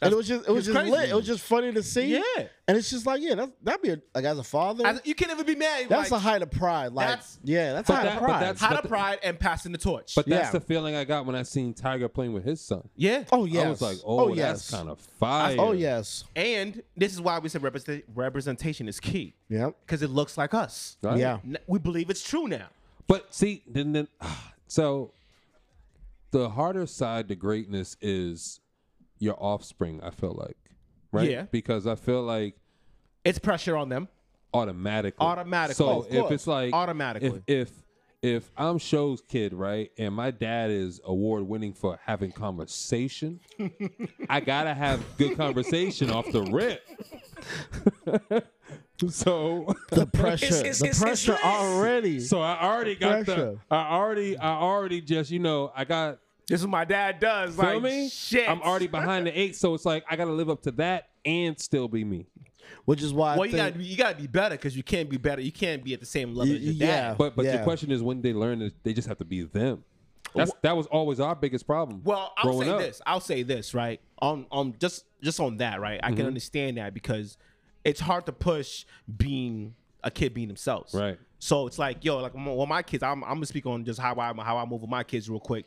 Speaker 2: And it was just it was just
Speaker 1: crazy.
Speaker 2: lit. It was just funny to see.
Speaker 1: Yeah.
Speaker 2: And it's just like, yeah, that's that'd be a, like as a father,
Speaker 1: As- you can't even be mad.
Speaker 2: that's
Speaker 1: like,
Speaker 2: a height of pride. Like
Speaker 1: That's-
Speaker 2: yeah, that's a
Speaker 3: But
Speaker 2: height
Speaker 3: that-
Speaker 2: of
Speaker 3: but
Speaker 2: pride.
Speaker 3: that's-
Speaker 1: hot
Speaker 3: but
Speaker 1: of
Speaker 3: the-
Speaker 1: pride and passing the torch.
Speaker 3: But that's
Speaker 2: Yeah.
Speaker 3: the feeling I got when I seen Tiger playing with his son.
Speaker 1: yeah.
Speaker 2: Oh yes.
Speaker 3: I was like, oh, that's kind of fire.
Speaker 2: Oh yes.
Speaker 1: And this is why we said represent- representation is key
Speaker 2: Yep.
Speaker 1: because it looks like us.
Speaker 3: Right?
Speaker 2: Yeah.
Speaker 1: N- We believe it's true now.
Speaker 3: But see, then then so the harder side to greatness is your offspring, I feel like. Right?
Speaker 1: Yeah.
Speaker 3: Because I feel like
Speaker 1: It's pressure on them.
Speaker 3: automatically.
Speaker 1: Automatically.
Speaker 3: So
Speaker 1: oh, Of
Speaker 3: if
Speaker 2: course.
Speaker 3: it's like
Speaker 1: Automatically.
Speaker 3: If, if if I'm Show's kid, right, and my dad is award winning for having conversation, I gotta have good conversation off the rip. so
Speaker 2: The pressure.
Speaker 1: it's-
Speaker 2: the
Speaker 1: it's-
Speaker 2: pressure
Speaker 1: it's-
Speaker 2: already.
Speaker 3: So I already got
Speaker 2: Pressure.
Speaker 3: the. I already. I already just you know I got.
Speaker 1: This is what my dad does.
Speaker 3: Feel
Speaker 1: like,
Speaker 3: me?
Speaker 1: shit.
Speaker 3: I'm already behind the eight, so it's like I gotta live up to that and still be me.
Speaker 2: which is why.
Speaker 1: Well,
Speaker 2: I
Speaker 1: you
Speaker 2: think,
Speaker 1: gotta be, you gotta be better because you can't be better. You can't be at the same level
Speaker 2: Y-
Speaker 1: as your
Speaker 2: yeah.
Speaker 1: dad.
Speaker 3: But but
Speaker 2: Yeah.
Speaker 3: your question is when they learn that they just have to be them. That's that was always our biggest problem.
Speaker 1: Well, I'll
Speaker 3: growing
Speaker 1: say
Speaker 3: up.
Speaker 1: this. I'll say this, right? On on just just on that, right? I
Speaker 3: Mm-hmm.
Speaker 1: can understand that because it's hard to push being a kid being themselves.
Speaker 3: Right.
Speaker 1: So it's like, yo, like well, my kids, I'm, I'm gonna speak on just how I how I move with my kids real quick.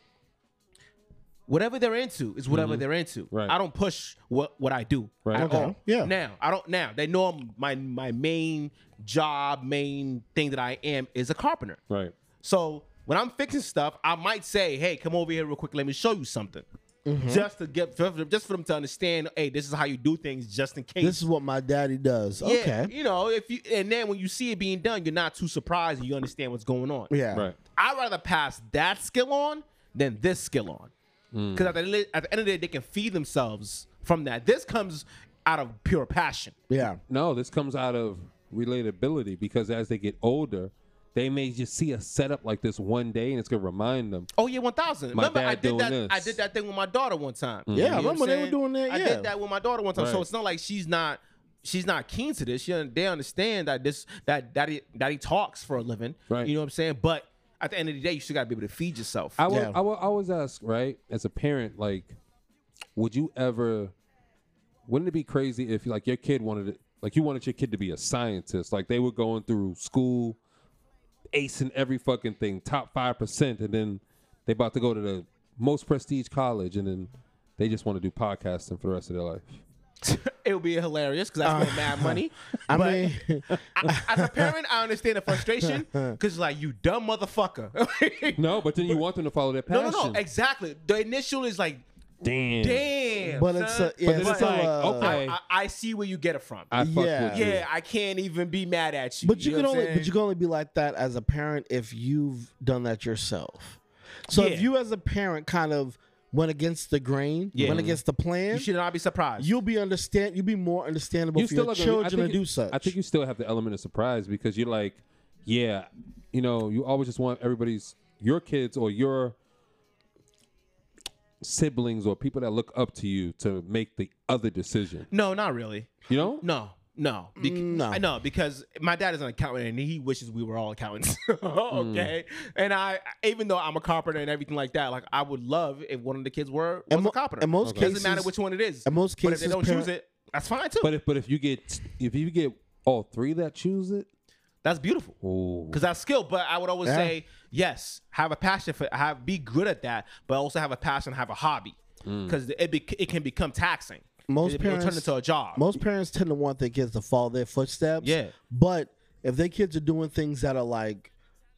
Speaker 1: Whatever they're into is whatever they're into.
Speaker 3: Mm-hmm. Right.
Speaker 1: I don't push what what I do.
Speaker 3: Right.
Speaker 1: At
Speaker 3: Okay.
Speaker 1: all.
Speaker 2: Yeah.
Speaker 1: Now I don't. Now they know I'm- my my main job, main thing that I am is a carpenter.
Speaker 3: Right.
Speaker 1: So when I'm fixing stuff, I might say, "Hey, come over here real quick. Let me show you something."
Speaker 2: Mm-hmm.
Speaker 1: Just to get for- just for them to understand, hey, this is how you do things, just in case.
Speaker 2: This is what my daddy does.
Speaker 1: yeah,
Speaker 2: Okay.
Speaker 1: you know, if you and then when you see it being done, you're not too surprised. and You understand what's going on.
Speaker 2: Yeah.
Speaker 3: Right.
Speaker 1: I'd rather pass that skill on than this skill on, because at, the li- at the end of the day, they can feed themselves from that. This comes out of pure passion.
Speaker 2: Yeah.
Speaker 3: No, this comes out of relatability because as they get older, They may just see a setup like this one day, and it's gonna remind them.
Speaker 1: Oh yeah, one thousand.
Speaker 3: My
Speaker 1: Remember,
Speaker 3: dad
Speaker 1: I did
Speaker 3: doing
Speaker 1: that. I
Speaker 3: this.
Speaker 1: did that thing with my daughter one time.
Speaker 3: Yeah,
Speaker 1: You know
Speaker 2: I
Speaker 1: what
Speaker 2: remember
Speaker 1: I'm
Speaker 2: they were
Speaker 1: saying?
Speaker 2: doing that,
Speaker 1: I
Speaker 2: yeah.
Speaker 1: did that with my daughter one time. So
Speaker 3: Right.
Speaker 1: it's not like she's not. She's not keen to this. She, un- they understand that this that that he, that he talks for a living.
Speaker 3: Right.
Speaker 1: You know what I'm saying? But at the end of the day, you still gotta be able to feed yourself.
Speaker 3: I will,
Speaker 2: Yeah.
Speaker 3: I will always ask, right? As a parent, like, would you ever? Wouldn't it be crazy if, like, your kid wanted it, like, you wanted your kid to be a scientist, like they were going through school, acing every fucking thing, top five percent, and then they about to go to the most prestige college, and then they just want to do podcasting for the rest of their life.
Speaker 1: it would be hilarious because I spent mad money.
Speaker 2: Uh, I
Speaker 1: But-
Speaker 2: mean,
Speaker 1: I- as a parent, I understand the frustration because like you dumb motherfucker.
Speaker 3: No, but then you want them to follow their
Speaker 1: no,
Speaker 3: passion.
Speaker 1: no, no. Exactly. The initial is like,
Speaker 3: Damn.
Speaker 1: damn.
Speaker 2: But it's
Speaker 1: son.
Speaker 2: a- uh, yeah,
Speaker 1: But
Speaker 2: it's
Speaker 3: still
Speaker 2: a-
Speaker 3: okay.
Speaker 1: I, I see where you get it from.
Speaker 3: I fuck
Speaker 2: Yeah.
Speaker 3: with you.
Speaker 1: yeah, I can't even be mad at you.
Speaker 2: but you,
Speaker 1: know
Speaker 2: can
Speaker 1: what I'm
Speaker 2: only
Speaker 1: saying?
Speaker 2: but you can only be like that as a parent if you've done that yourself. So
Speaker 1: Yeah.
Speaker 2: if you as a parent kind of went against the grain,
Speaker 1: Yeah.
Speaker 2: went against the plan,
Speaker 1: You should not be surprised.
Speaker 2: you'll be understand you'll be more understandable
Speaker 3: you
Speaker 2: for
Speaker 3: still
Speaker 2: your
Speaker 3: are gonna- I
Speaker 2: children
Speaker 3: think
Speaker 2: to
Speaker 3: you-
Speaker 2: do such.
Speaker 3: I think you still have the element of surprise because you're like, yeah, you know, you always just want everybody's your kids or your siblings or people that look up to you to make the other decision.
Speaker 1: no, not really.
Speaker 3: You know?
Speaker 1: No, no, Bec-
Speaker 2: Mm, no.
Speaker 1: I know because my dad is an accountant and he wishes we were all accountants.
Speaker 2: Mm.
Speaker 1: okay, and I, even though I'm a carpenter and everything like that, like I would love if one of the kids were was
Speaker 2: And mo-
Speaker 1: a carpenter.
Speaker 2: and most
Speaker 1: doesn't
Speaker 2: cases-
Speaker 1: matter which one it is.
Speaker 2: and most
Speaker 1: but if they
Speaker 2: cases
Speaker 1: don't choose
Speaker 2: parent-
Speaker 1: it, that's fine too.
Speaker 3: But if but if you get if you get all three that choose it,
Speaker 1: that's beautiful.
Speaker 3: oh,
Speaker 1: because that's skill. But I would always
Speaker 2: Yeah.
Speaker 1: say yes, have a passion for have be good at that, but also have a passion, have a hobby, because it be, it can become taxing.
Speaker 2: Mm. Most
Speaker 1: it, it'll turn
Speaker 2: parents-
Speaker 1: into a job.
Speaker 2: Most parents tend to want their kids to follow their footsteps.
Speaker 1: Yeah.
Speaker 2: But if their kids are doing things that are like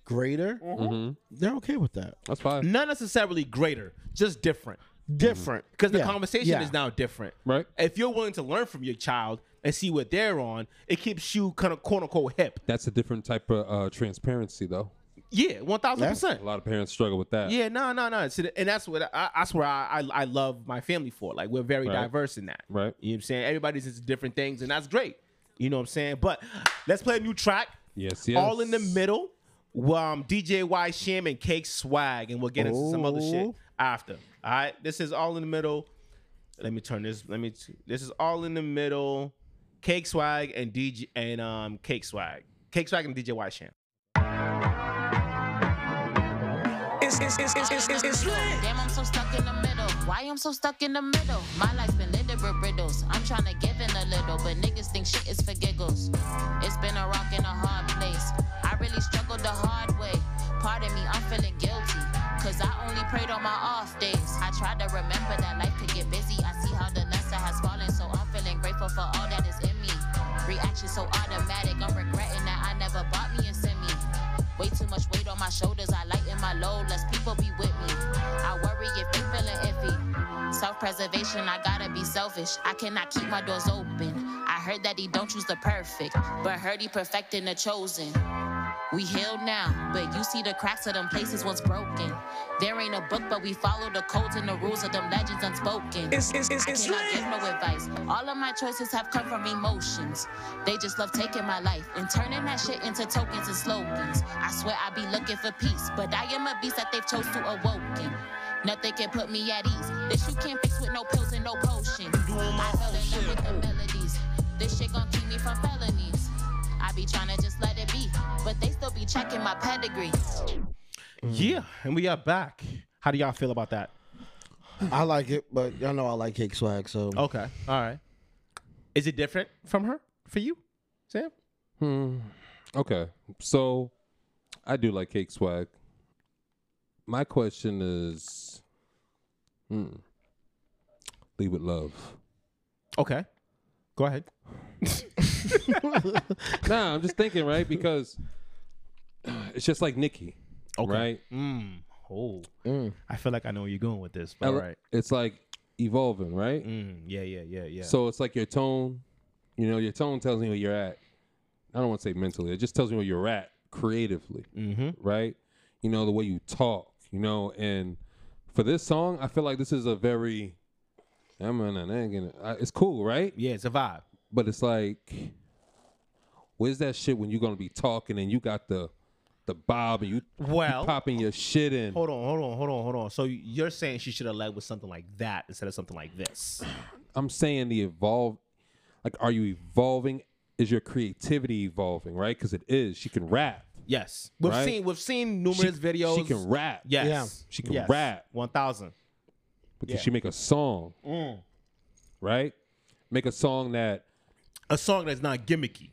Speaker 2: greater,
Speaker 1: Mm-hmm.
Speaker 2: they're okay with that.
Speaker 3: that's fine,
Speaker 1: not necessarily greater, just different.
Speaker 2: Different.
Speaker 1: Because the
Speaker 2: Yeah.
Speaker 1: conversation
Speaker 2: Yeah.
Speaker 1: is now different.
Speaker 3: right?
Speaker 1: If you're willing to learn from your child and see what they're on, it keeps you kind of quote unquote hip.
Speaker 3: That's a different type of uh, transparency, though.
Speaker 1: Yeah, one thousand percent.
Speaker 3: A lot of parents struggle with that.
Speaker 1: Yeah, no, no, no. So, th- And that's what I, that's where I, I I love my family for. Like we're very
Speaker 3: Right.
Speaker 1: diverse in that.
Speaker 3: Right.
Speaker 1: You know what I'm saying? Everybody's into different things, and that's great. You know what I'm saying? But let's play a new track.
Speaker 3: Yes, yes.
Speaker 1: All in the middle. Um, DJ Y Sham and Cake Swag, and we'll get into some other shit
Speaker 2: Oh.
Speaker 1: after. All right. This is all in the middle. Let me turn this. Let me. This is all in the middle. Cake Swag and DJ and um Cake Swag. Cake Swag and DJ Y Sham.
Speaker 5: It's, it's, it's, it's, it's, it's, it's lit.
Speaker 6: Damn, I'm so stuck in the middle. Why I'm so stuck in the middle? My life's been littered with riddles. I'm trying to give in a little, but niggas think shit is for giggles. It's been a rock in a hard place. I really struggled the hard way. Pardon me, I'm feeling guilty. Cause I only prayed on my off days. I tried to remember that life could get busy. I see how the lesson has fallen, so I'm feeling grateful for all that is in me. Reaction so automatic, I'm regretting that I never bought me a semi. Way too much weight on my shoulders. I lighten my load. Less people be with me. I worry if you feeling iffy. Self-preservation, I gotta be selfish. I cannot keep my doors open. I heard that he don't choose the perfect, but heard he perfecting the chosen. We healed now, but you see the cracks of them places once broken. There ain't a book, but we follow the codes and the rules of them legends unspoken.
Speaker 5: It's, it's, it's,
Speaker 6: I
Speaker 5: it's
Speaker 6: cannot give
Speaker 5: lit.
Speaker 6: no advice. All of my choices have come from emotions. They just love taking my life and turning that shit into tokens and slogans. I swear I be looking for peace, but I am a beast that they've chose to awoken. Nothing can put me at ease. This you can't fix with no pills and no potion. I fell in love with the melodies. This shit gon' keep me from felonies. I be tryna just let it be, but they still be checking my pedigree.
Speaker 3: Mm.
Speaker 1: Yeah, and we are back. How do y'all feel about that?
Speaker 2: I like it, but y'all know I like cake swag, so
Speaker 1: Okay. All right. Is it different from her for you, Sam?
Speaker 3: Okay. So I do like cake swag. My question is hmm, Leave it love.
Speaker 1: Okay. Go ahead.
Speaker 3: nah, I'm just thinking, right? Because it's just like Nikki.
Speaker 1: Okay.
Speaker 3: Right?
Speaker 1: Mm. Oh. I feel like I know where you're going with this. But all
Speaker 3: Ella-
Speaker 1: right.
Speaker 3: It's like evolving, right?
Speaker 1: Mm. Yeah, yeah, yeah, yeah.
Speaker 3: So it's like your tone, you know, your tone tells me where you're at. I don't want to say mentally, it just tells me where you're at creatively.
Speaker 1: Mhm.
Speaker 3: right? You know, the way you talk, you know, and for this song, I feel like this is a very I'm in an angle. I- It's cool, right?
Speaker 1: yeah, it's a vibe.
Speaker 3: But it's like where's that shit when you're gonna be talking and you got the the bob and you, you
Speaker 1: Well-
Speaker 3: popping your shit in.
Speaker 1: Oh. Hold on, hold on, hold on, hold on. So you're saying she should have led with something like that instead of something like this?
Speaker 3: I'm saying the evolve, like, are you evolving? Is your creativity evolving? Right? Because it is. She can rap.
Speaker 1: Yes, we've
Speaker 3: Right.
Speaker 1: seen we've seen numerous
Speaker 3: she,
Speaker 1: videos.
Speaker 3: She can rap.
Speaker 1: Yes,
Speaker 2: Yeah.
Speaker 3: She can
Speaker 1: Yes.
Speaker 3: rap.
Speaker 1: One thousand.
Speaker 3: But can she make a song? Right? Make a song that
Speaker 1: A song that's not gimmicky.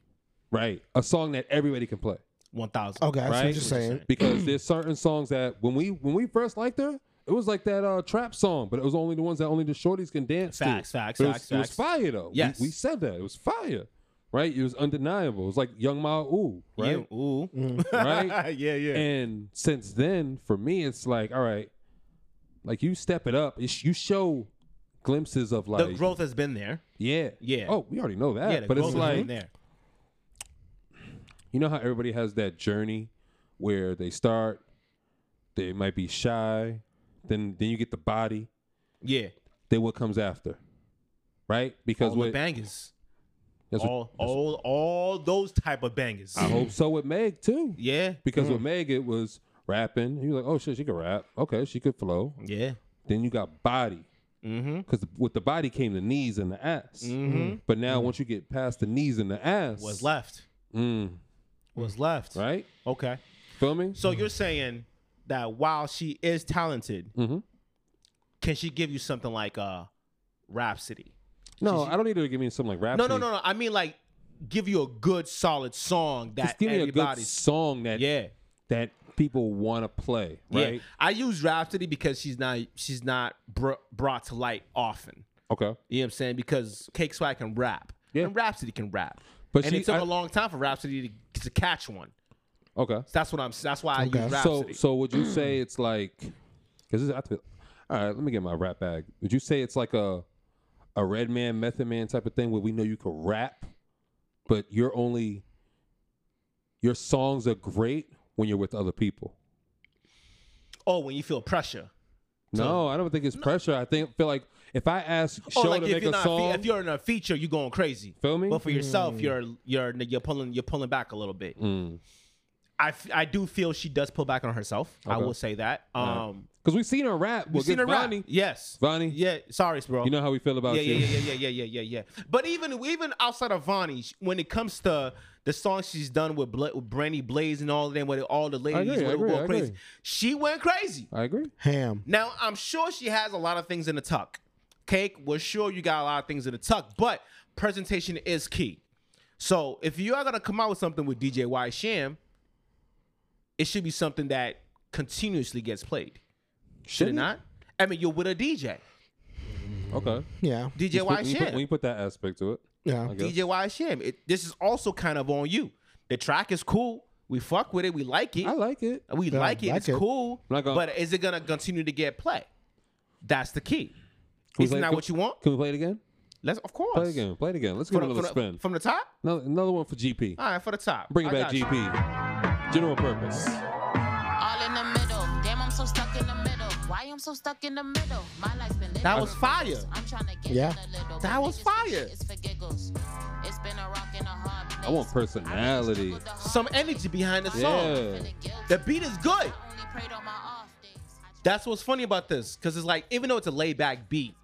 Speaker 3: right, a song that everybody can play.
Speaker 1: One thousand.
Speaker 2: Okay, I see
Speaker 3: Right.
Speaker 2: what you're saying.
Speaker 3: Because there's certain songs that when we when we first liked her, it was like that uh, trap song, but it was only the ones that only the shorties can dance
Speaker 1: Facts,
Speaker 3: to.
Speaker 1: facts,
Speaker 3: But it was,
Speaker 1: facts,
Speaker 3: It was
Speaker 1: facts.
Speaker 3: fire though. We-
Speaker 1: Yes.
Speaker 3: we, said that it was fire. Right? It was undeniable. It was like Young Ma Ooh, right?
Speaker 1: Yeah, ooh.
Speaker 3: Right?
Speaker 1: yeah, yeah.
Speaker 3: And since then, for me, it's like, all right, like you step it up. You sh- You show glimpses of like
Speaker 1: the growth has been there.
Speaker 3: Yeah.
Speaker 1: Yeah.
Speaker 3: Oh, we already know that.
Speaker 1: Yeah, the
Speaker 3: but
Speaker 1: growth
Speaker 3: it's
Speaker 1: has
Speaker 3: like
Speaker 1: been there.
Speaker 3: you know how everybody has that journey where they start, they might be shy, then then you get the body,
Speaker 1: Yeah.
Speaker 3: then what comes after? Right? Because
Speaker 1: All the
Speaker 3: what,
Speaker 1: bangers.
Speaker 3: that's what-
Speaker 1: All, all, all those type of bangers.
Speaker 3: I hope so with Meg too.
Speaker 1: Yeah.
Speaker 3: Because with Meg it was rapping. You're like, oh shit, she could rap. Okay, she could flow.
Speaker 1: Yeah.
Speaker 3: Then you got body.
Speaker 1: Mm-hmm.
Speaker 3: Because with the body came the knees and the ass. But now once you get past the knees and the ass,
Speaker 1: What's Mm-hmm. left?
Speaker 3: Mm,
Speaker 1: What's left?
Speaker 3: right? Mm-hmm.
Speaker 1: Okay.
Speaker 3: Feel me?
Speaker 1: So you're saying that while she is talented,
Speaker 3: Mhm.
Speaker 1: can she give you something like a Rhapsody?
Speaker 3: No, I don't need her to give me something like rap.
Speaker 1: No, no, no, no. I mean like give you a good solid song that
Speaker 3: Just give me a good
Speaker 1: everybody's
Speaker 3: song that
Speaker 1: yeah.
Speaker 3: that people want to play, right?
Speaker 1: Yeah. I use Rhapsody because she's not she's not br- brought to light often.
Speaker 3: Okay,
Speaker 1: You know what I'm saying? Because Cake Swag can rap.
Speaker 3: Yeah.
Speaker 1: And Rhapsody can rap.
Speaker 3: But
Speaker 1: and
Speaker 3: she-
Speaker 1: it took
Speaker 3: I-
Speaker 1: a long time for Rhapsody to, to catch one.
Speaker 3: okay.
Speaker 1: So that's what I'm that's why I
Speaker 2: Okay.
Speaker 1: use
Speaker 3: So,
Speaker 1: Rhapsody.
Speaker 3: so would you say it's like? Because I feel. All right, let me get my rap bag. Would you say it's like a a Red Man, Method Man type of thing where we know you can rap, but you're only your songs are great when you're with other people.
Speaker 1: oh, when you feel pressure.
Speaker 3: No, I don't think it's pressure. I think feel like if I ask
Speaker 1: Oh,
Speaker 3: Show
Speaker 1: like
Speaker 3: to
Speaker 1: if
Speaker 3: make
Speaker 1: you're
Speaker 3: a
Speaker 1: not
Speaker 3: song,
Speaker 1: if you're in a feature, you're going crazy.
Speaker 3: Feel me?
Speaker 1: But for yourself, you're you're you're pulling you're pulling back a little bit.
Speaker 3: Mm.
Speaker 1: I, f- I do feel she does pull back on herself. I
Speaker 3: Okay.
Speaker 1: will say that. Um,
Speaker 3: because we've seen her rap.
Speaker 1: we've seen her rap. Yes,
Speaker 3: Vonnie?
Speaker 1: Yeah, sorry, bro.
Speaker 3: You know how we feel about
Speaker 1: yeah,
Speaker 3: you.
Speaker 1: yeah, yeah, yeah, yeah, yeah, yeah, yeah. But even even outside of Vonnie, sh- when it comes to the songs she's done with, Bla- with Brandy Blaze and all of them, where all the ladies
Speaker 3: agree,
Speaker 1: were
Speaker 3: I agree,
Speaker 1: going
Speaker 3: I
Speaker 1: crazy,
Speaker 3: agree.
Speaker 1: she went crazy.
Speaker 3: I agree.
Speaker 2: Ham.
Speaker 1: Now I'm sure she has a lot of things in the tuck. Cake, we're sure you got a lot of things in the tuck, but presentation is key. So if you are gonna come out with something with DJ Y Sham, it should be something that continuously gets played. Should it
Speaker 3: Shouldn't it?
Speaker 1: not? I mean, you're with a DJ,
Speaker 3: Okay.
Speaker 2: Yeah.
Speaker 1: DJ
Speaker 3: When
Speaker 1: Y
Speaker 3: you, put, when you
Speaker 1: Sham,
Speaker 3: put that aspect to it,
Speaker 2: Yeah.
Speaker 3: I guess.
Speaker 1: DJ Y Sham. It, this is also kind of on you. The track is cool. We fuck with it. We like it.
Speaker 3: I like it.
Speaker 1: we
Speaker 2: Yeah,
Speaker 1: like it.
Speaker 2: like
Speaker 1: it's
Speaker 2: it.
Speaker 1: cool.
Speaker 3: I'm not gonna-
Speaker 1: but is it gonna continue to get play? That's the key.
Speaker 3: Can we
Speaker 1: Isn't
Speaker 3: play-
Speaker 1: that
Speaker 3: can-
Speaker 1: what you want?
Speaker 3: Can we play it again?
Speaker 1: Let's of course.
Speaker 3: Play it again. Play it again. Let's give
Speaker 1: From,
Speaker 3: it
Speaker 1: the,
Speaker 3: another
Speaker 1: from the-
Speaker 3: spin.
Speaker 1: from the top?
Speaker 3: Another, another one for GP.
Speaker 1: All right, for the top.
Speaker 3: Bring it
Speaker 1: I
Speaker 3: back
Speaker 1: got you.
Speaker 3: GP. General purpose.
Speaker 6: All in the middle. Damn, I'm so stuck in the middle. Why I'm so stuck in the middle? My life's been lit
Speaker 1: That
Speaker 6: up
Speaker 1: was
Speaker 6: with
Speaker 1: fire.
Speaker 6: riddles. I'm trying to get
Speaker 2: Yeah.
Speaker 6: in a little.
Speaker 1: That
Speaker 6: but
Speaker 1: was
Speaker 6: niggas think
Speaker 1: fire.
Speaker 6: shit is for giggles. It's been a rock and a hard place.
Speaker 3: I want personality.
Speaker 1: Some energy behind the song.
Speaker 3: Yeah.
Speaker 1: The beat is good. That's what's funny about this, because it's like even though it's a laid back beat,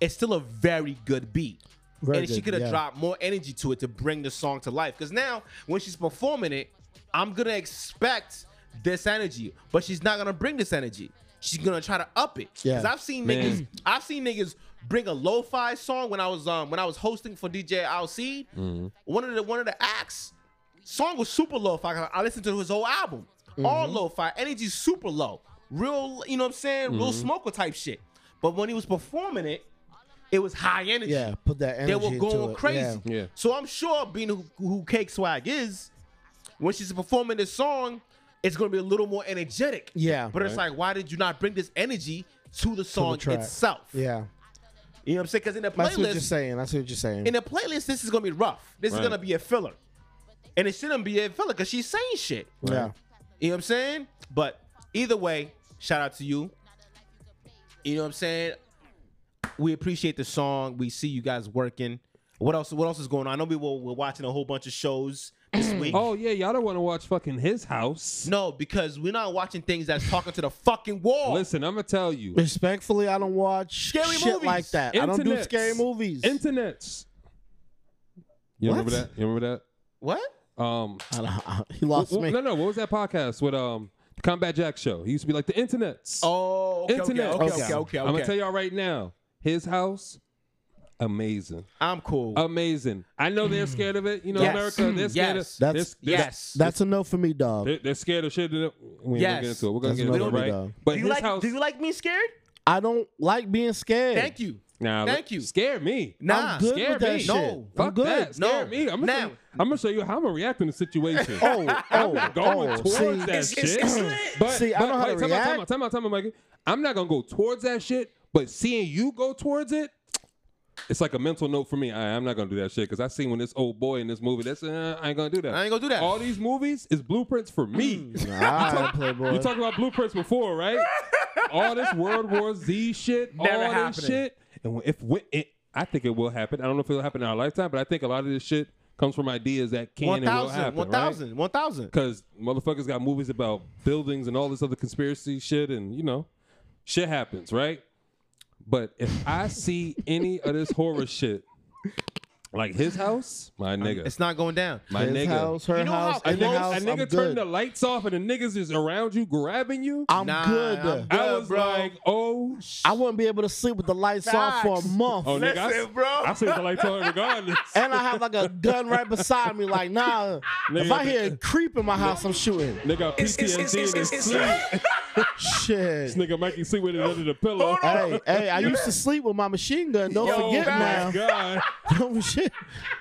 Speaker 1: it's still a very good beat.
Speaker 2: Very
Speaker 1: and she
Speaker 2: good,
Speaker 1: could have
Speaker 2: yeah.
Speaker 1: dropped more energy to it to bring the song to life. Because now when she's performing it, I'm gonna expect this energy, but she's not gonna bring this energy. She's gonna try to up it.
Speaker 2: Yeah.
Speaker 1: Because I've seen
Speaker 3: Man.
Speaker 1: niggas, I've seen niggas bring a lo-fi song when I was um when I was hosting for DJ Alcide. One of the one of the acts song was super lo-fi. I- I listened to his whole album.
Speaker 2: Mm-hmm.
Speaker 1: All lo-fi. Energy super low. Real, you know what I'm saying? Real
Speaker 2: Mm-hmm.
Speaker 1: smoker type shit. But when he was performing it, it was high energy.
Speaker 2: Yeah. Put that energy.
Speaker 1: They were
Speaker 2: into
Speaker 1: going
Speaker 2: it.
Speaker 1: crazy.
Speaker 3: Yeah. Yeah.
Speaker 1: So I'm sure being who, who Cake Swag is, when she's performing this song, it's gonna be a little more energetic.
Speaker 2: Yeah.
Speaker 1: But it's like, why did you not bring this energy to the
Speaker 2: Yeah.
Speaker 1: song
Speaker 2: track.
Speaker 1: itself?
Speaker 2: Yeah.
Speaker 1: You know what I'm saying? Because in the
Speaker 2: That's what you're
Speaker 1: playlist,
Speaker 2: saying. That's what you're saying.
Speaker 1: in the playlist, this is gonna be rough. This
Speaker 3: Right.
Speaker 1: is gonna be a filler, and it shouldn't be a filler because she's saying shit.
Speaker 2: yeah.
Speaker 1: You know what I'm saying? But either way, shout out to you. You know what I'm saying? We appreciate the song. We see you guys working. What else? What else is going on? I know we were, we're watching a whole bunch of shows this week.
Speaker 3: Oh yeah, y'all don't want to watch fucking his house.
Speaker 1: No, because we're not watching things that's talking to the fucking wall.
Speaker 3: Listen, I'm gonna tell you.
Speaker 2: Respectfully, I don't watch
Speaker 1: Scary
Speaker 2: shit
Speaker 1: movies.
Speaker 2: like that. I don't do
Speaker 3: Internets.
Speaker 2: scary movies.
Speaker 3: Internets. You remember
Speaker 2: What?
Speaker 3: that? You remember
Speaker 1: What?
Speaker 3: that? Um,
Speaker 2: I don't- I- he lost
Speaker 3: wh-
Speaker 2: me.
Speaker 3: no, no. What was that podcast with um the Combat Jack show? He used to be like the internets.
Speaker 1: Oh, okay, okay,
Speaker 3: Internet.
Speaker 1: okay, okay,
Speaker 2: Okay.
Speaker 1: okay, okay.
Speaker 3: I'm gonna tell y'all right now. His house, amazing,
Speaker 1: I'm cool.
Speaker 3: Oh, amazing. I know they're scared of it. You know,
Speaker 1: Yes.
Speaker 3: America, they're
Speaker 1: Mm,
Speaker 3: scared.
Speaker 1: yes.
Speaker 3: Of,
Speaker 2: That's-
Speaker 3: they're, they're-
Speaker 1: yes.
Speaker 2: That's a no for me, dog.
Speaker 3: They're, they're scared of shit. that- We
Speaker 1: Yes.
Speaker 3: yes. get into it. We're gonna
Speaker 2: That's
Speaker 3: get into it,
Speaker 2: another
Speaker 3: right?
Speaker 2: dog.
Speaker 3: But
Speaker 1: do you
Speaker 3: his
Speaker 1: like?
Speaker 3: house.
Speaker 1: Do you like me scared?
Speaker 2: I don't like being scared.
Speaker 1: Thank you.
Speaker 3: Nah,
Speaker 1: Thank you.
Speaker 3: Scare me.
Speaker 1: Nah,
Speaker 2: I'm good
Speaker 3: Scare
Speaker 2: with that
Speaker 3: me.
Speaker 2: shit.
Speaker 1: No.
Speaker 2: I'm
Speaker 3: Fuck
Speaker 2: good.
Speaker 3: that. Scare
Speaker 1: No.
Speaker 3: me. I'm gonna,
Speaker 1: Now-
Speaker 3: show, I'm gonna show you how I'm gonna react in the situation.
Speaker 2: Oh,
Speaker 3: I'm
Speaker 2: oh,
Speaker 3: not going
Speaker 2: oh.
Speaker 3: towards
Speaker 2: See,
Speaker 3: that shit.
Speaker 5: it's- it's lit.
Speaker 3: but,
Speaker 2: See, I
Speaker 3: but
Speaker 2: know how to
Speaker 3: wait, time out, time
Speaker 2: react.
Speaker 3: out, time out, time out, Mikey. I'm not gonna go towards that shit, but seeing you go towards it, it's like a mental note for me. I, I'm not gonna do that shit because I seen when this old boy in this movie. That's uh, I ain't gonna do that.
Speaker 1: I ain't gonna do that. Mm.
Speaker 3: All these movies is blueprints for me.
Speaker 2: Nah, Playboy.
Speaker 3: You talked about blueprints before, right? all this World War Z shit,
Speaker 1: Never
Speaker 3: all
Speaker 1: happening.
Speaker 3: this shit, and when- if when- it, I think it will happen. I don't know if it'll happen in our lifetime, but I think a lot of this shit comes from ideas that can
Speaker 1: One
Speaker 3: and will
Speaker 1: thousand.
Speaker 3: happen.
Speaker 1: One
Speaker 3: right?
Speaker 1: thousand. One thousand.
Speaker 3: because motherfuckers got movies about buildings and all this other conspiracy shit, and you know, shit happens, right? But if I see any of this horror shit, like his house, my nigga,
Speaker 1: It's not going down.
Speaker 3: my
Speaker 2: His
Speaker 3: nigga,
Speaker 2: house, her
Speaker 1: You know how
Speaker 2: house,
Speaker 3: a
Speaker 1: I
Speaker 2: in the
Speaker 1: think-
Speaker 2: house.
Speaker 3: nigga, a
Speaker 2: I'm
Speaker 3: nigga
Speaker 2: good.
Speaker 3: turned the lights off, and the niggas is around you grabbing you.
Speaker 2: I'm
Speaker 1: Nah,
Speaker 2: good.
Speaker 1: I'm-
Speaker 3: I
Speaker 1: good,
Speaker 3: was
Speaker 1: bro.
Speaker 3: like, oh,
Speaker 2: I wouldn't be able to sleep with the lights off for a
Speaker 1: Facts.
Speaker 2: month.
Speaker 3: oh, nigga, I,
Speaker 1: Listen, bro.
Speaker 3: I sleep with the lights on regardless.
Speaker 2: And I have like a gun right beside me. Like, nah, if
Speaker 3: Nigga,
Speaker 2: I hear a creep in my house, I'm shooting.
Speaker 3: Nigga, got
Speaker 5: It's- it's- it's-
Speaker 3: PTSD in his
Speaker 5: it's- it's-
Speaker 3: sleep.
Speaker 2: Shit.
Speaker 3: Nigga, Mikey sleep with it under the pillow.
Speaker 2: Hey, hey, I used to sleep with my machine gun. Don't
Speaker 3: oh
Speaker 2: forget
Speaker 3: my
Speaker 2: now.
Speaker 3: god!
Speaker 2: Don't shit.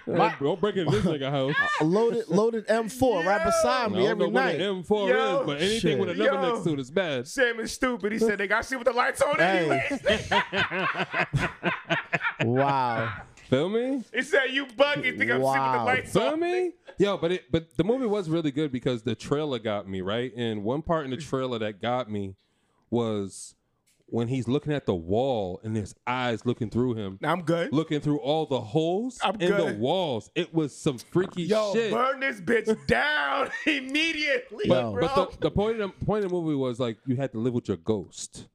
Speaker 3: Don't- don't break into this nigga house.
Speaker 2: A loaded loaded M4 right beside
Speaker 3: I
Speaker 2: me
Speaker 3: don't
Speaker 2: every
Speaker 3: know what an
Speaker 2: night.
Speaker 3: M4
Speaker 1: Yo.
Speaker 3: is, but anything with
Speaker 2: Shit.
Speaker 3: a number
Speaker 1: Yo.
Speaker 3: next to it is bad.
Speaker 1: Sam is stupid. He said they got shit with the lights on
Speaker 2: Hey. wow.
Speaker 3: Feel me?
Speaker 1: He said you bugging. Think
Speaker 2: Wow.
Speaker 3: Feel me? Yo, but it but the movie was really good because the trailer got me right, and one part in the
Speaker 1: Mm.
Speaker 3: trailer that got me was when he's looking at the wall and his eyes looking through him,
Speaker 1: I'm good.
Speaker 3: looking through all the holes
Speaker 1: I'm
Speaker 3: in the
Speaker 1: good.
Speaker 3: walls. It was some freaky
Speaker 1: Yo,
Speaker 3: shit.
Speaker 1: burn this bitch down immediately,
Speaker 2: But-
Speaker 1: bro.
Speaker 3: But the, the point of the point of the movie was like you had to live with your ghost.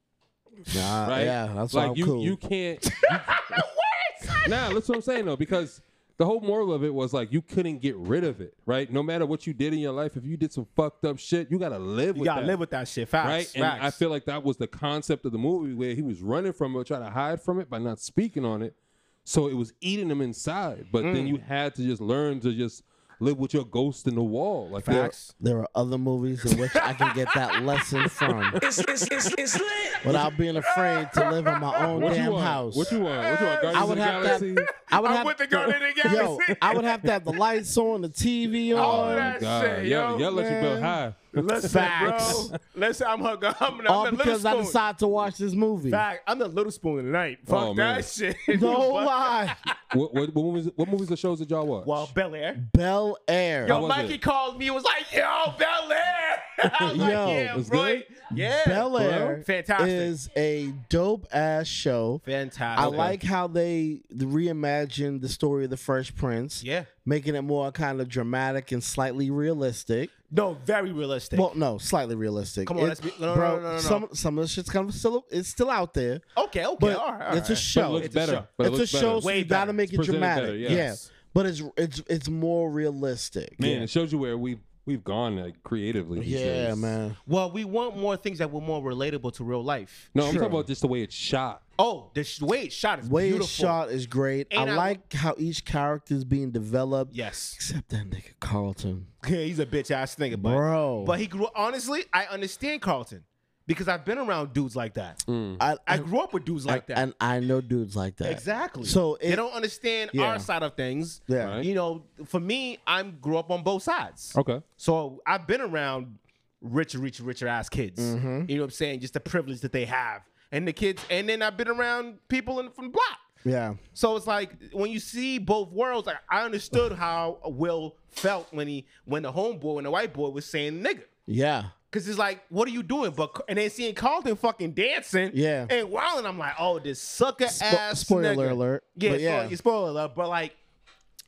Speaker 2: Nah,
Speaker 3: right?
Speaker 2: Uh, Yeah, that's why
Speaker 3: like
Speaker 2: I'm
Speaker 3: you
Speaker 2: cool.
Speaker 3: you can't. nah, that's what I'm saying though, because the whole moral of it was like you couldn't get rid of it, right? No matter what you did in your life, if you did some fucked up shit, you gotta live
Speaker 1: you
Speaker 3: with
Speaker 1: gotta
Speaker 3: that,
Speaker 1: live with that shit. Facts.
Speaker 3: right? And I feel like that was the concept of the movie where he was running from it, trying to hide from it by not speaking on it. So it was eating him inside, but then you had to just learn to just live with your ghost in the wall, like there-
Speaker 1: facts.
Speaker 2: there are other movies in which I can get that lesson from
Speaker 5: It's it's it's it's lit.
Speaker 2: without being afraid to live in my own
Speaker 3: What
Speaker 2: damn
Speaker 3: you want?
Speaker 2: house.
Speaker 3: What you want? What you want? Guardians
Speaker 2: I would
Speaker 3: of the
Speaker 2: have
Speaker 3: Galaxy.
Speaker 2: to. I would
Speaker 1: I'm
Speaker 2: have
Speaker 1: with the Guardians of the
Speaker 2: Yo,
Speaker 1: Galaxy.
Speaker 2: I would have to have the lights on, the TV
Speaker 1: All
Speaker 2: on.
Speaker 1: that
Speaker 3: God,
Speaker 1: shit,
Speaker 3: yell,
Speaker 1: yo,
Speaker 3: yell at you,
Speaker 1: man.
Speaker 3: Bill. High.
Speaker 1: Listen,
Speaker 2: Facts.
Speaker 1: bro. Listen, I'm hungry. I'm, I'm
Speaker 2: all
Speaker 1: the little
Speaker 2: because I
Speaker 1: spoon.
Speaker 2: decided to watch this movie.
Speaker 1: Fact, I'm the little spoon tonight. Fuck
Speaker 3: Oh,
Speaker 1: that
Speaker 3: man.
Speaker 1: shit.
Speaker 2: No
Speaker 1: Fuck-
Speaker 2: lie.
Speaker 3: What, what, what movies? What movies or shows did y'all watch?
Speaker 1: Well, Bel Air.
Speaker 2: Bel Air.
Speaker 1: Yo,
Speaker 3: was
Speaker 1: Mikey
Speaker 3: it?
Speaker 1: called me. Was like, yo, Bel Air. I was like,
Speaker 2: Yo,
Speaker 1: yeah,
Speaker 3: it's
Speaker 1: bro.
Speaker 3: good?
Speaker 1: Yeah,
Speaker 2: Bel Air
Speaker 1: bro. Fantastic.
Speaker 2: is a dope ass show.
Speaker 1: Fantastic.
Speaker 2: I like how they reimagined the story of the Fresh Prince,
Speaker 1: Yeah.
Speaker 2: making it more kind of dramatic and slightly realistic.
Speaker 1: No, very realistic.
Speaker 2: Well, no, slightly realistic.
Speaker 1: Come on,
Speaker 2: It-
Speaker 1: let's be- no, no, no,
Speaker 2: bro,
Speaker 1: no, no, no.
Speaker 2: Some some of the shit's kind of still it's still out there,
Speaker 1: okay, okay,
Speaker 2: but
Speaker 1: all right. all
Speaker 2: it's a
Speaker 1: right.
Speaker 3: But it
Speaker 2: show.
Speaker 3: looks
Speaker 1: It's a
Speaker 3: better.
Speaker 1: show.
Speaker 3: But it
Speaker 2: it's a
Speaker 3: looks
Speaker 2: show,
Speaker 3: Better.
Speaker 2: so
Speaker 1: Way
Speaker 2: you gotta
Speaker 1: better.
Speaker 2: make it
Speaker 3: It's presented
Speaker 2: dramatic.
Speaker 3: better, yes.
Speaker 2: Yeah. But it's it's it's more realistic.
Speaker 3: Man, it shows you where we we've gone like, creatively. these
Speaker 2: yeah,
Speaker 3: days.
Speaker 2: man.
Speaker 1: Well, we want more things that were more relatable to real life.
Speaker 3: No, I'm talking about just the way it's shot.
Speaker 1: Oh, the sh- way it's shot is
Speaker 2: Way
Speaker 1: beautiful.
Speaker 2: it's shot is great.
Speaker 1: And
Speaker 2: I
Speaker 1: I-
Speaker 2: like how each character is being developed.
Speaker 1: Yes.
Speaker 2: Except that nigga Carlton.
Speaker 1: Yeah, he's a bitch ass nigga, but
Speaker 2: Bro.
Speaker 1: But he grew. Honestly, I understand Carlton because I've been around dudes like that.
Speaker 2: I,
Speaker 1: I
Speaker 2: and-
Speaker 1: grew up with dudes like that.
Speaker 2: Mm. And I know dudes like that.
Speaker 1: exactly.
Speaker 2: So it,
Speaker 1: they don't understand
Speaker 2: yeah.
Speaker 1: our side of things.
Speaker 2: Yeah. Right.
Speaker 1: You know, for me, I'm grew up on both sides.
Speaker 3: Okay.
Speaker 1: So I've been around rich, rich, richer ass kids.
Speaker 2: Mm-hmm.
Speaker 1: You know what I'm saying? Just the privilege that they have, and the kids. And then I've been around people in, from the block.
Speaker 2: Yeah.
Speaker 1: So it's like when you see both worlds, like I understood how Will felt when he when the homeboy and the white boy was saying nigga.
Speaker 2: Yeah.
Speaker 1: Cause it's like, what are you doing? But and then seeing Carlton fucking dancing,
Speaker 2: Yeah.
Speaker 1: and wilding, I'm like, oh, this sucker
Speaker 2: Spo-
Speaker 1: ass.
Speaker 2: spoiler
Speaker 1: nigga.
Speaker 2: alert,
Speaker 1: yeah,
Speaker 2: but yeah.
Speaker 1: Spoiler, spoiler alert. But like,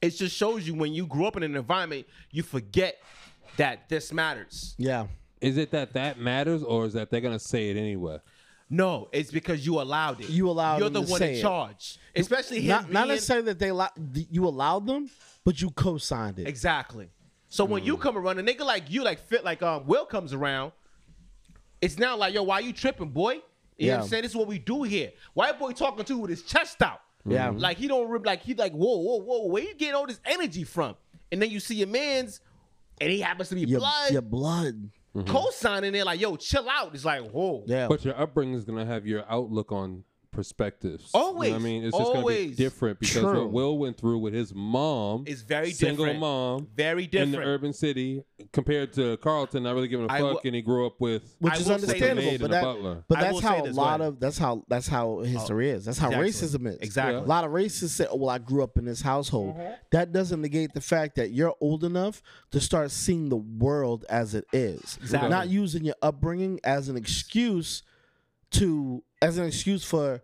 Speaker 1: it just shows you when you grow up in an environment, you forget that this matters.
Speaker 2: Yeah.
Speaker 3: Is it that that matters, or is that they're gonna say it anyway?
Speaker 1: No, it's because you allowed it.
Speaker 2: You allowed
Speaker 1: You're
Speaker 2: him
Speaker 1: the
Speaker 2: to
Speaker 1: one
Speaker 2: say
Speaker 1: in
Speaker 2: it.
Speaker 1: charge, especially him.
Speaker 2: Not, not
Speaker 1: being-
Speaker 2: necessarily that they allow, you allowed them, but you co-signed it.
Speaker 1: Exactly. So when
Speaker 2: Mm.
Speaker 1: you come around, a nigga like you, like fit, like um, Will comes around, it's now like, yo, why you tripping, boy? You know what
Speaker 2: Yeah.
Speaker 1: I'm saying? This is what we do here. White boy talking to you with his chest out. Mm.
Speaker 2: Yeah. Mhm.
Speaker 1: Like he don't rip, like he like, whoa, whoa, whoa, where you getting all this energy from? And then you see your man's, and he happens to be
Speaker 2: Your
Speaker 1: blood
Speaker 2: your blood.
Speaker 1: co-signing it, like, yo, chill out. It's like, whoa.
Speaker 2: Mm-hmm. Yeah.
Speaker 3: But your upbringing is gonna have your outlook on perspectives.
Speaker 1: Always,
Speaker 3: I mean, it's just gonna be
Speaker 1: always.
Speaker 3: different because
Speaker 2: True.
Speaker 3: what Will went through with his mom
Speaker 1: It's very
Speaker 3: single
Speaker 1: different.
Speaker 3: mom
Speaker 1: Very
Speaker 3: in
Speaker 1: different.
Speaker 3: the urban city compared to Carlton. Not really giving a fuck,
Speaker 1: I will-
Speaker 3: and he grew up with
Speaker 2: which
Speaker 1: I
Speaker 2: is
Speaker 1: will say this.
Speaker 2: understandable,
Speaker 3: Maid
Speaker 2: but
Speaker 3: and a
Speaker 2: that,
Speaker 3: butler.
Speaker 2: but
Speaker 1: I
Speaker 2: that's
Speaker 1: will say
Speaker 2: how a
Speaker 1: this,
Speaker 2: lot
Speaker 1: Glenn.
Speaker 2: of that's how that's how history is. That's how
Speaker 1: Oh, exactly.
Speaker 2: racism is.
Speaker 1: Exactly. Mm-hmm.
Speaker 2: A lot of racists say, "Well, I grew up in this household." That doesn't negate the fact that you're old enough to start seeing the world as it is,
Speaker 1: Exactly.
Speaker 2: not using your upbringing as an excuse to as an excuse for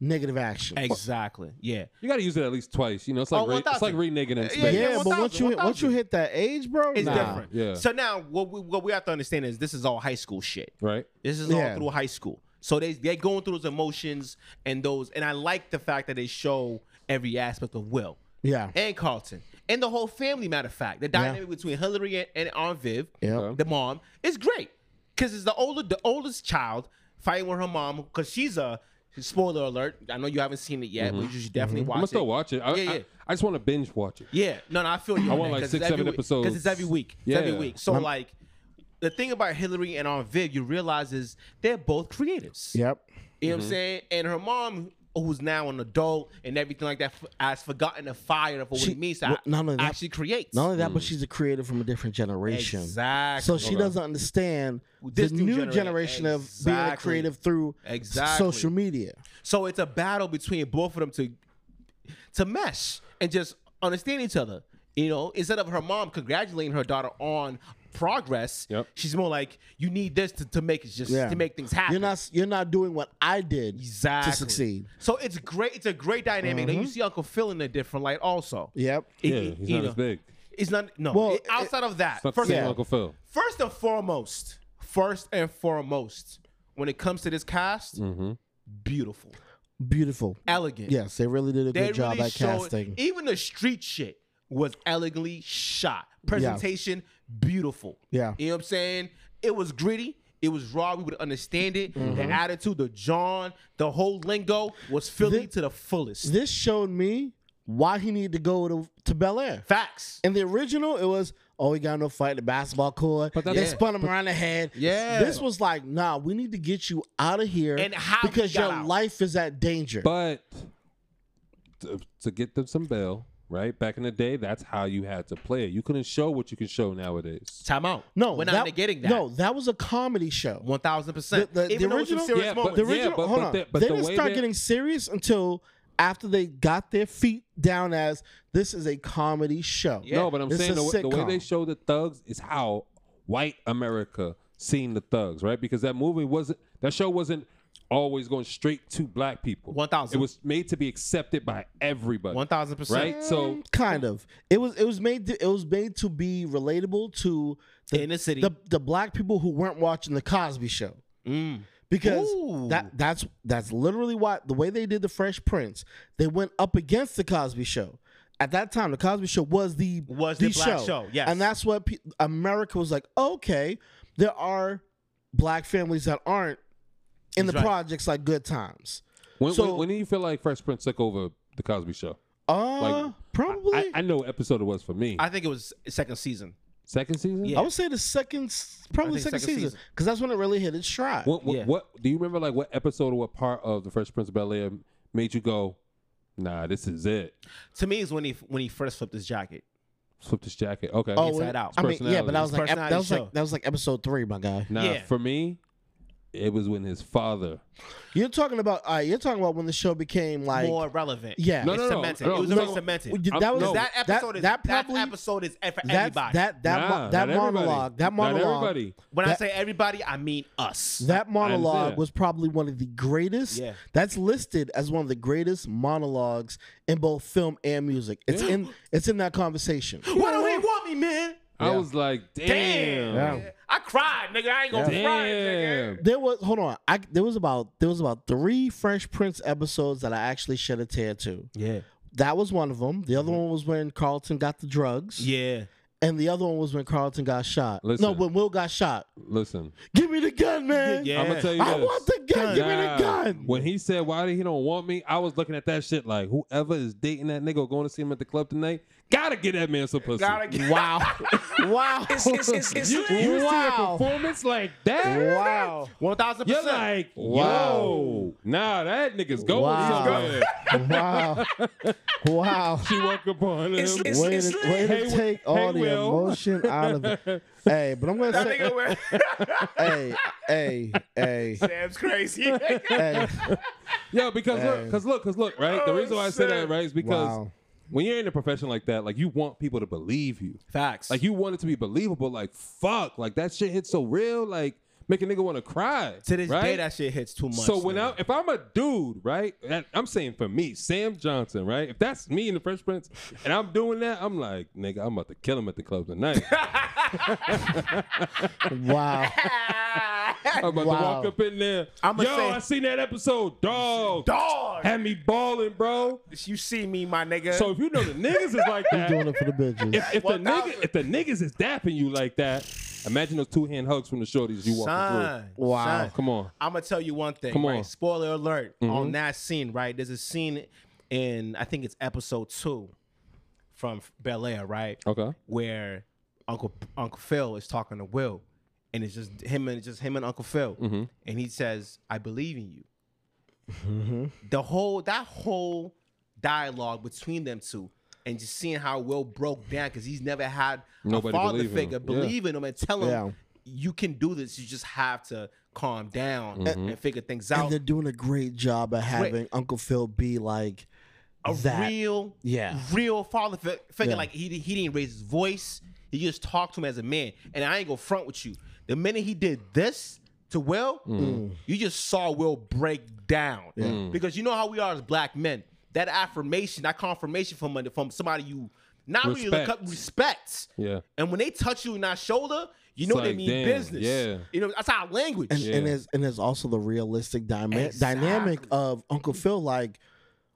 Speaker 2: negative action.
Speaker 1: Exactly. Yeah.
Speaker 3: You got to use it at least twice. You know, it's like
Speaker 1: Oh,
Speaker 3: re- it's
Speaker 1: 1000.
Speaker 3: like reneging in
Speaker 1: Yeah,
Speaker 3: space.
Speaker 2: yeah,
Speaker 1: yeah,
Speaker 2: but
Speaker 1: 1000,
Speaker 2: once you hit, once you
Speaker 1: 1000.
Speaker 2: hit that age, bro,
Speaker 1: It's
Speaker 2: nah.
Speaker 1: different.
Speaker 3: yeah.
Speaker 1: So now what we, what we have to understand is this is all high school shit.
Speaker 3: Right.
Speaker 1: This is
Speaker 2: Yeah.
Speaker 1: all through high school. So they they're going through those emotions and those and I like the fact that they show every aspect of Will
Speaker 2: Yeah,
Speaker 1: and Carlton and the whole family. Matter of fact, the dynamic between Hillary and, and Aunt Viv,
Speaker 2: Yeah.
Speaker 1: the mom, is great because it's the older the oldest child fighting with her mom because she's a spoiler alert. I know you haven't seen it yet, but you should definitely watch
Speaker 3: I'm
Speaker 1: it.
Speaker 3: gonna Mm-hmm. still watch it. I,
Speaker 1: Yeah,
Speaker 3: I-
Speaker 1: yeah.
Speaker 3: I just want to binge watch it.
Speaker 1: Yeah, no, no, I feel you.
Speaker 3: I want, like, six, seven episodes.
Speaker 1: because it's every week. It's every
Speaker 3: Yeah.
Speaker 1: week. So
Speaker 2: Mm-hmm.
Speaker 1: like, the thing about Hillary and Aunt Viv, you realize is they're both creatives.
Speaker 2: yep,
Speaker 1: You know what I'm
Speaker 3: Mm-hmm.
Speaker 1: saying? And her mom, who's now an adult and everything like that, f- has forgotten the fire of what
Speaker 2: She-
Speaker 1: it means to
Speaker 2: well,
Speaker 1: ac-
Speaker 2: not only that-
Speaker 1: actually create.
Speaker 2: Not only that,
Speaker 3: Mm.
Speaker 2: but she's a creative from a different generation.
Speaker 1: Exactly.
Speaker 2: So she doesn't understand
Speaker 1: This
Speaker 2: the
Speaker 1: new
Speaker 2: new
Speaker 1: genera-
Speaker 2: generation of being a
Speaker 1: Exactly.
Speaker 2: creative through s-
Speaker 1: Exactly.
Speaker 2: social media.
Speaker 1: So it's a battle between both of them to to mesh and just understand each other. You know, instead of her mom congratulating her daughter on progress,
Speaker 3: Yep.
Speaker 1: she's more like, "You need this to, to make it just
Speaker 2: Yeah.
Speaker 1: to make things happen."
Speaker 2: You're not you're not doing what I did
Speaker 1: exactly
Speaker 2: to succeed. Mm-hmm.
Speaker 1: So it's great. It's a great dynamic. And you see Uncle Phil in a different light, also.
Speaker 2: Yep.
Speaker 1: It-
Speaker 3: Yeah,
Speaker 1: it-
Speaker 3: he's
Speaker 1: you
Speaker 3: not
Speaker 1: know,
Speaker 3: as big.
Speaker 1: It's not no.
Speaker 2: Well,
Speaker 1: it- outside of that,
Speaker 3: It's not the
Speaker 1: first,
Speaker 3: same
Speaker 2: yeah.
Speaker 3: Uncle Phil.
Speaker 1: first and foremost, first and foremost, when it comes to this cast,
Speaker 3: Mm-hmm.
Speaker 1: beautiful,
Speaker 2: Beautiful.
Speaker 1: elegant.
Speaker 2: Yes, they really did a
Speaker 1: They
Speaker 2: good job
Speaker 1: really
Speaker 2: at
Speaker 1: showed-
Speaker 2: casting.
Speaker 1: Even the street shit was elegantly shot. Presentation beautiful.
Speaker 2: Yeah.
Speaker 1: You know what I'm saying? It was gritty. It was raw. We would understand it. The
Speaker 2: Mm-hmm.
Speaker 1: attitude, the John, the whole lingo was Philly
Speaker 2: This-
Speaker 1: to the fullest.
Speaker 2: This showed me why he needed to go to, to Bel Air.
Speaker 1: Facts.
Speaker 2: In the original, it was oh he got no fight in the basketball court. But
Speaker 3: But that's-
Speaker 2: they
Speaker 3: Yeah.
Speaker 2: spun him around the head.
Speaker 1: Yeah.
Speaker 2: This was like, nah, we need to get you out of here
Speaker 1: And how he
Speaker 2: because
Speaker 1: got
Speaker 2: your
Speaker 1: out.
Speaker 2: life is at danger.
Speaker 3: But to, to get them some bail, right? Back in the day, that's how you had to play it. You couldn't show what you can show nowadays.
Speaker 1: Time out.
Speaker 2: No,
Speaker 1: we're
Speaker 2: that,
Speaker 1: not negating that.
Speaker 2: No, that was a comedy show.
Speaker 1: one thousand percent.
Speaker 2: The- the-
Speaker 1: Even
Speaker 2: the
Speaker 1: though it's some
Speaker 2: original-
Speaker 1: serious
Speaker 3: Yeah, but-
Speaker 1: moments.
Speaker 2: The original,
Speaker 3: but-
Speaker 2: hold
Speaker 3: but
Speaker 2: on.
Speaker 3: the- but
Speaker 2: they
Speaker 3: the
Speaker 2: didn't
Speaker 3: way
Speaker 2: start
Speaker 3: that-
Speaker 2: getting serious until after they got their feet down as this is a comedy show.
Speaker 3: No, but I'm
Speaker 2: This
Speaker 3: saying the,
Speaker 2: is
Speaker 3: way- the way
Speaker 2: sitcom.
Speaker 3: they show the thugs is how white America seen the thugs, right? Because that movie wasn't that show wasn't always going straight to black people.
Speaker 1: 1000.
Speaker 3: It was made to be accepted by everybody.
Speaker 1: One thousand percent.
Speaker 3: Right? So
Speaker 2: kind of it was it was made to, it was made to be relatable to the
Speaker 1: Inner city.
Speaker 2: the, the black people who weren't watching the Cosby Show. Because
Speaker 1: Mm. Ooh.
Speaker 2: that that's that's literally why the way they did the Fresh Prince, they went up against the Cosby Show. At that time, the Cosby Show was the
Speaker 1: Was the black show, yes.
Speaker 2: and that's what pe- America was like. Okay, there are black families that aren't in
Speaker 1: He's
Speaker 2: the
Speaker 1: right.
Speaker 2: projects like Good Times.
Speaker 3: when,
Speaker 2: So-
Speaker 3: when, when do you feel like Fresh Prince took over the Cosby Show?
Speaker 2: Uh,
Speaker 3: Like,
Speaker 2: probably
Speaker 3: I, I know what episode it was for me.
Speaker 1: I think it was second season.
Speaker 3: Second season.
Speaker 1: Yeah.
Speaker 2: I would say the second, s- probably
Speaker 1: think
Speaker 2: second,
Speaker 1: second
Speaker 2: season,
Speaker 1: season.
Speaker 2: because that's when it really hit its stride.
Speaker 3: What, what,
Speaker 1: Yeah.
Speaker 3: what do you remember? Like what episode or what part of the Fresh Prince of Bel Air made you go, "Nah, this is it."
Speaker 1: To me, is when he when he first flipped his jacket.
Speaker 3: Flip this jacket. Okay.
Speaker 2: oh,
Speaker 1: Inside Out.
Speaker 2: I mean, yeah, but that
Speaker 3: Personality.
Speaker 2: was like ep- that
Speaker 1: Personality
Speaker 2: was
Speaker 1: show.
Speaker 2: like that was like episode three, my guy.
Speaker 3: Nah,
Speaker 1: Yeah.
Speaker 3: for me, It was when his father.
Speaker 2: You're talking about. Uh, you're talking about when the show became like.
Speaker 1: more relevant.
Speaker 2: Yeah.
Speaker 3: No,
Speaker 1: it's
Speaker 3: no, no,
Speaker 1: cemented.
Speaker 3: no,
Speaker 1: it was
Speaker 3: no.
Speaker 1: already
Speaker 2: Well,
Speaker 1: cemented.
Speaker 2: you- Oh, that
Speaker 3: I'm-
Speaker 2: was
Speaker 3: no.
Speaker 1: that episode is
Speaker 2: that
Speaker 1: that,
Speaker 2: probably-
Speaker 1: episode is for
Speaker 2: that's-
Speaker 1: everybody.
Speaker 2: That that mo-
Speaker 3: Nah,
Speaker 2: that
Speaker 3: not everybody.
Speaker 2: monologue. That
Speaker 3: Not
Speaker 2: monologue.
Speaker 3: everybody.
Speaker 1: when I
Speaker 2: that-
Speaker 1: say everybody, I mean us.
Speaker 2: That monologue
Speaker 3: that.
Speaker 2: was probably one of the greatest.
Speaker 1: Yeah.
Speaker 2: That's listed as one of the greatest monologues in both film and music. It's in it's in that conversation.
Speaker 1: Why don't he want me, man?
Speaker 3: I was like, damn.
Speaker 1: Damn.
Speaker 2: Yeah.
Speaker 1: I cried, nigga. I ain't gonna cry, nigga.
Speaker 3: Damn.
Speaker 2: There was hold on. I there was about there was about three Fresh Prince episodes that I actually shed a tear to.
Speaker 1: Yeah.
Speaker 2: That was one of them. The other one was when Carlton got the drugs.
Speaker 1: Yeah.
Speaker 2: And the other one was when Carlton got shot. No,
Speaker 3: Listen.
Speaker 2: when Will got shot.
Speaker 3: Listen,
Speaker 2: Give me the gun, man.
Speaker 1: Yeah.
Speaker 3: I'm gonna tell you
Speaker 2: I
Speaker 3: this.
Speaker 2: want the gun. Give me
Speaker 3: Nah,
Speaker 2: the gun.
Speaker 3: When he said, "Why he don't want me?" I was looking at that shit like, whoever is dating that nigga or going to see him at the club tonight, gotta get that man some pussy.
Speaker 1: Gotta get
Speaker 2: Wow. wow.
Speaker 5: It's, it's, it's, it's
Speaker 3: you,
Speaker 5: lit.
Speaker 3: you see a
Speaker 2: Wow.
Speaker 3: performance like that?
Speaker 2: Wow.
Speaker 1: one thousand
Speaker 3: You're
Speaker 1: percent.
Speaker 3: like,
Speaker 2: Wow.
Speaker 3: whoa, nah, that nigga's going
Speaker 2: Wow.
Speaker 3: somewhere.
Speaker 2: Wow. wow.
Speaker 3: she walk up on him.
Speaker 5: It's- it's-
Speaker 2: Way to, way to
Speaker 3: Hey, Wi-
Speaker 2: take all
Speaker 3: hey,
Speaker 2: the
Speaker 3: Will.
Speaker 2: emotion out of it. Hey, but I'm gonna
Speaker 1: that
Speaker 2: say,
Speaker 1: nigga wear
Speaker 2: hey, hey, hey,
Speaker 1: Sam's crazy.
Speaker 2: hey.
Speaker 3: Yo, because look,
Speaker 2: Hey.
Speaker 3: because look, because look, right? The
Speaker 1: Oh,
Speaker 3: reason why I say that,
Speaker 1: shit.
Speaker 3: right, is because
Speaker 2: Wow.
Speaker 3: when you're in a profession like that, like you want people to believe you.
Speaker 1: Facts.
Speaker 3: Like you want it to be believable. Like fuck, like that shit hits so real. Like make a nigga want to cry.
Speaker 1: to this
Speaker 3: right?
Speaker 1: day, that shit hits too much.
Speaker 3: So when
Speaker 1: nigga.
Speaker 3: I, if I'm a dude, right, and I'm saying for me, Sam Johnson, right? If that's me in the Fresh Prince, and I'm doing that, I'm like, nigga, I'm about to kill him at the club tonight.
Speaker 2: Wow.
Speaker 3: I'm about
Speaker 2: Wow.
Speaker 3: to walk up in there.
Speaker 1: I'ma
Speaker 3: Yo,
Speaker 1: say-
Speaker 3: I seen that episode, dog.
Speaker 1: dog,
Speaker 3: Had me balling, bro.
Speaker 1: you see me, my nigga.
Speaker 3: So if you know the niggas is like that,
Speaker 2: Doing it for the bitches.
Speaker 3: if, if the
Speaker 1: 1000.
Speaker 3: nigga, if the niggas is dapping you like that, imagine those two hand hugs from the shorties you walking
Speaker 1: son,
Speaker 3: through.
Speaker 2: Wow.
Speaker 1: son.
Speaker 3: Come on.
Speaker 1: I'm gonna tell you one thing.
Speaker 3: Come
Speaker 1: right?
Speaker 3: on. Mm-hmm.
Speaker 1: Spoiler alert on that scene. Right, there's a scene in I think it's episode two from Bel Air. Right,
Speaker 3: Okay.
Speaker 1: where Uncle Uncle Phil is talking to Will, and it's just him and it's just him and Uncle Phil,
Speaker 3: Mm-hmm.
Speaker 1: and he says, "I believe in you."
Speaker 3: Mm-hmm.
Speaker 1: The whole that whole dialogue between them two. And just seeing how Will broke down because he's never had
Speaker 3: Nobody
Speaker 1: a father
Speaker 3: believe in him.
Speaker 1: figure
Speaker 3: Yeah.
Speaker 1: believe in him and tell him
Speaker 2: Yeah.
Speaker 1: you can do this. You just have to calm down
Speaker 3: Mm-hmm.
Speaker 1: and figure things out.
Speaker 2: And they're doing a great job at having Uncle Phil be like
Speaker 1: a
Speaker 2: that.
Speaker 1: real,
Speaker 2: Yeah.
Speaker 1: real father fi- figure.
Speaker 2: Yeah.
Speaker 1: Like he he didn't raise his voice. He just talked to him as a man. And I ain't gonna front with you. The minute he did this to Will,
Speaker 2: Mm.
Speaker 1: Mm. you just saw Will break down Mm. because you know how we are as black men. That affirmation, that confirmation from from somebody you not really look up
Speaker 3: Respect.
Speaker 1: respect.
Speaker 3: Yeah.
Speaker 1: And when they touch you in that shoulder, you know they
Speaker 3: like,
Speaker 1: mean
Speaker 3: damn,
Speaker 1: business.
Speaker 3: yeah.
Speaker 1: You know that's our language.
Speaker 2: and, and
Speaker 3: Yeah.
Speaker 2: there's and there's also the realistic dyma- dynamic of Uncle Phil like,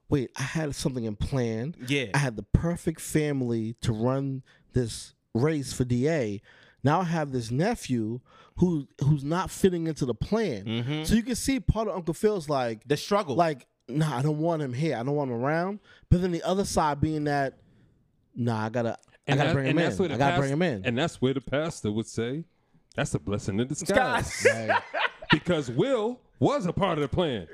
Speaker 2: wait, I had something in plan.
Speaker 1: Yeah.
Speaker 2: I had the perfect family to run this race for DA. Now I have this nephew who who's not fitting into the plan. So you can see part of Uncle Phil's like
Speaker 1: the struggle.
Speaker 2: like, nah, I don't want him here. I don't want him around. But then the other side being that, nah, I gotta I gotta
Speaker 3: that-
Speaker 2: bring him in.
Speaker 3: that's where the
Speaker 2: I gotta
Speaker 3: past-
Speaker 2: bring him in.
Speaker 3: And that's where the pastor would say, that's a blessing in disguise.
Speaker 1: guys,
Speaker 3: because Will was a part of the plan.